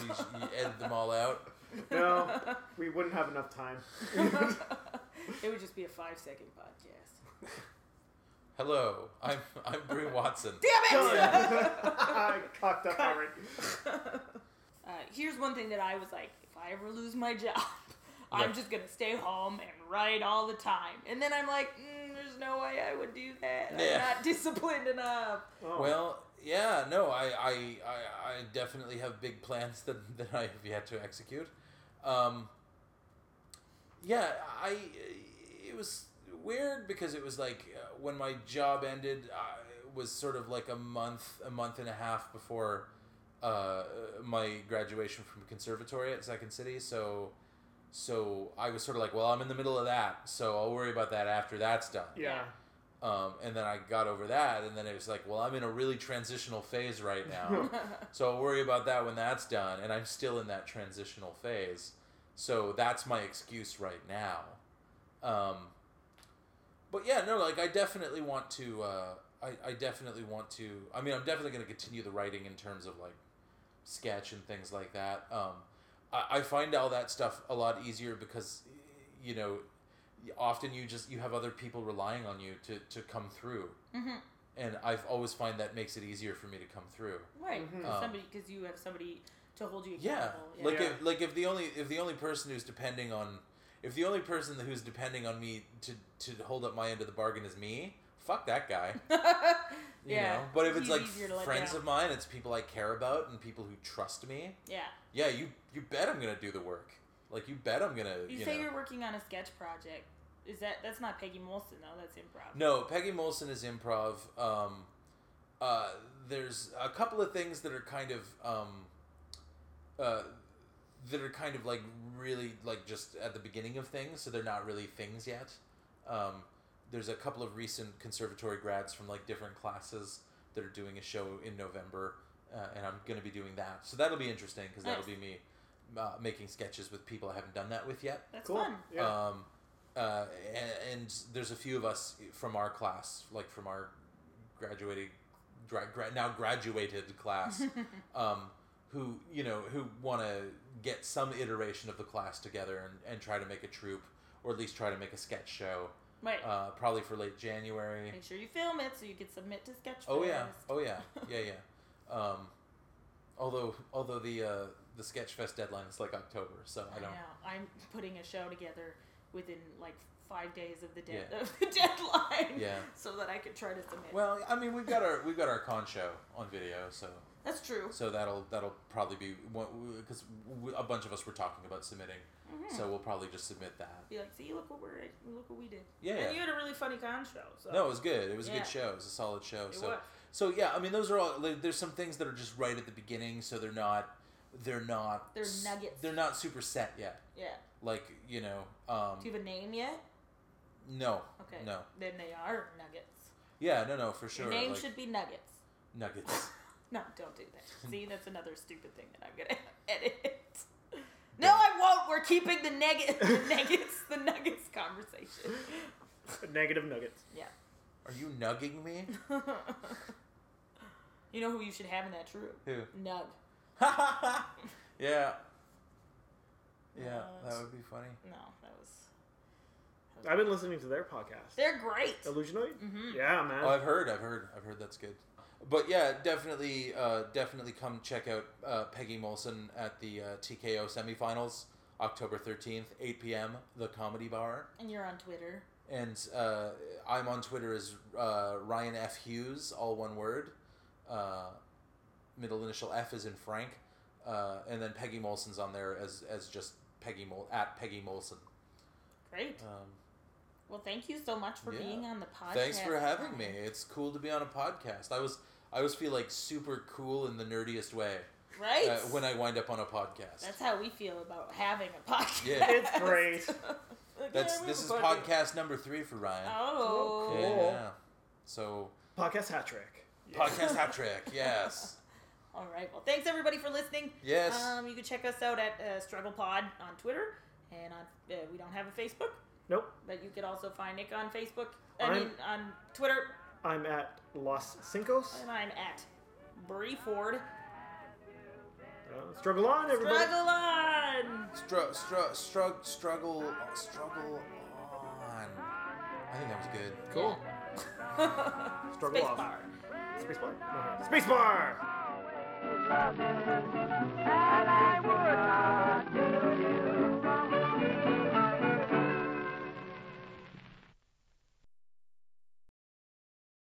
S3: She, you edit them all out.
S1: No, we wouldn't have enough time.
S2: it would just be a five-second podcast.
S3: Hello, I'm I'm Brie Watson.
S2: Damn it!
S1: I cocked up already.
S2: Uh, here's one thing that I was like, if I ever lose my job, I'm
S3: Right.
S2: just gonna stay home and write all the time. And then I'm like, mm, there's no way I would do that.
S3: Yeah.
S2: I'm not disciplined enough.
S1: Oh.
S3: Well, yeah, no, I, I, I, I definitely have big plans that, that I have yet to execute. Um, yeah, I, it was weird because it was like uh, when my job ended, I, it was sort of like a month, a month and a half before uh, my graduation from conservatory at Second City. So, so I was sort of like, well, I'm in the middle of that, so I'll worry about that after that's done.
S1: yeah.
S3: Um, and then I got over that, and then it was like, well, I'm in a really transitional phase right now,
S2: Mm-hmm.
S3: so I'll worry about that when that's done. And I'm still in that transitional phase, so that's my excuse right now. Um, but yeah, no, like I definitely want to. Uh, I, I definitely want to. I mean, I'm definitely going to continue the writing in terms of like sketch and things like that. Um, I, I find all that stuff a lot easier because, you know, often you just you have other people relying on you to to come through,
S2: Mhm.
S3: and I've always find that makes it easier for me to come through.
S2: Right.
S1: Mhm.
S3: Um,
S2: somebody because you have somebody to hold you
S3: Yeah,
S2: accountable.
S3: like
S1: Yeah.
S3: if like if the only if the only person who's depending on if the only person who's depending on me to to hold up my end of the bargain is me, fuck that guy.
S2: yeah.
S3: You know? But if it's
S2: He's
S3: like
S2: easier to let
S3: friends
S2: down.
S3: of mine, it's people I care about and people who trust me.
S2: yeah.
S3: Yeah, you you bet I'm gonna do the work. Like you bet I'm gonna.
S2: You,
S3: You,
S2: say
S3: know.
S2: you're working on a sketch project. Is that that's not Peggy Molson though? That's improv.
S3: No, Peggy Molson is improv. Um, uh, there's a couple of things that are kind of um, uh, that are kind of like really like just at the beginning of things, so they're not really things yet. Um, there's a couple of recent conservatory grads from like different classes that are doing a show in November, uh, and I'm going to be doing that. So that'll be interesting because that'll
S2: Nice.
S3: be me uh, making sketches with people I haven't done that with yet.
S2: That's
S1: Cool.
S2: fun.
S1: Yeah.
S3: Um, uh, and, and there's a few of us from our class, like from our graduating, gra- gra- now graduated class, um, who you know who want to get some iteration of the class together and, and try to make a troupe or at least try to make a sketch show,
S2: Right.
S3: uh, probably for late January.
S2: Make sure you film it so you can submit to Sketchfest.
S3: Oh yeah, oh yeah, yeah yeah. Um, although although the uh, the Sketchfest deadline is like October, so I
S2: I know.
S3: don't.
S2: I'm putting a show together within like five days of the dead
S3: Yeah.
S2: of the deadline.
S3: Yeah.
S2: So that I could try to submit.
S3: Well, I mean, we've got our we've got our con show on video, so
S2: that's true.
S3: so that'll that'll probably be because a bunch of us were talking about submitting,
S2: Hmm.
S3: so we'll probably just submit that.
S2: Mm-hmm. Be like, see, look what we're look what we did.
S3: Yeah,
S2: And
S3: yeah.
S2: you had a really funny con show. So
S3: No, it was good. It was a
S2: Yeah.
S3: good show. It was a solid show.
S2: It
S3: so
S2: was.
S3: so yeah, I mean, those are all. like, There's some things that are just right at the beginning, so they're not they're not
S2: They're
S3: s-
S2: nuggets.
S3: They're not super set yet.
S2: yeah.
S3: Like you know, um,
S2: Do you have a name yet?
S3: no,
S2: Okay.
S3: no,
S2: Then they are nuggets.
S3: yeah, no, no, for sure.
S2: Your name
S3: like,
S2: should be nuggets.
S3: nuggets.
S2: No, don't do that. See, that's another stupid thing that I'm gonna edit. No, I won't. We're keeping the, neg- the nuggets, the nuggets conversation.
S1: Negative nuggets.
S2: Yeah.
S3: Are you nugging me?
S2: you know who you should have in that troop?
S3: Who?
S2: Nug.
S3: yeah. Yeah,
S2: Nice. Uh,
S3: that would be funny.
S2: No, that was. that was-
S1: I've been listening to their podcast.
S2: They're great.
S1: Illusionoid?
S2: Mhm.
S1: Yeah, man.
S3: Oh, I've heard, I've heard, I've heard that's good. But yeah, definitely, uh, definitely come check out uh, Peggy Molson at the uh, TKO semifinals, October thirteenth, eight p.m. The Comedy Bar,
S2: And you're on Twitter.
S3: and uh, I'm on Twitter as uh, Ryan F Hughes, all one word. Uh, middle initial F is in Frank, uh, and then Peggy Molson's on there as as just Peggy Mol at Peggy Molson.
S2: Great.
S3: Um,
S2: Well, thank you so much for
S3: Yeah.
S2: being on the podcast.
S3: Thanks for having me. It's cool to be on a podcast. I was I always feel like super cool in the nerdiest way
S2: Right?
S3: uh, when I wind up on a podcast.
S2: That's how we feel about having a podcast.
S3: Yeah.
S1: It's great.
S2: Like,
S3: That's-
S2: yeah, we
S3: this
S2: have a
S3: is
S2: podcast.
S3: podcast number three for Ryan.
S2: Oh.
S1: Oh,
S3: Yeah,
S1: cool.
S3: yeah. So
S1: Podcast hat trick.
S3: podcast hat trick. Yes.
S2: All right. Well, thanks everybody for listening.
S3: Yes.
S2: Um, you can check us out at uh, Struggle Pod on Twitter, and on uh, we don't have a Facebook,
S1: Nope.
S2: but you could also find Nick on Facebook. I
S1: I'm-
S2: mean, on Twitter,
S1: I'm at Los Cinco's.
S2: and I'm at Bree Ford.
S1: Uh, struggle on, everybody.
S2: Struggle on.
S3: Stru- stru- strug- struggle struggle on. I think that was good.
S2: Cool.
S1: Struggle
S2: Space
S1: off.
S2: bar.
S1: Space bar? No, Space bar!
S4: and I would not do you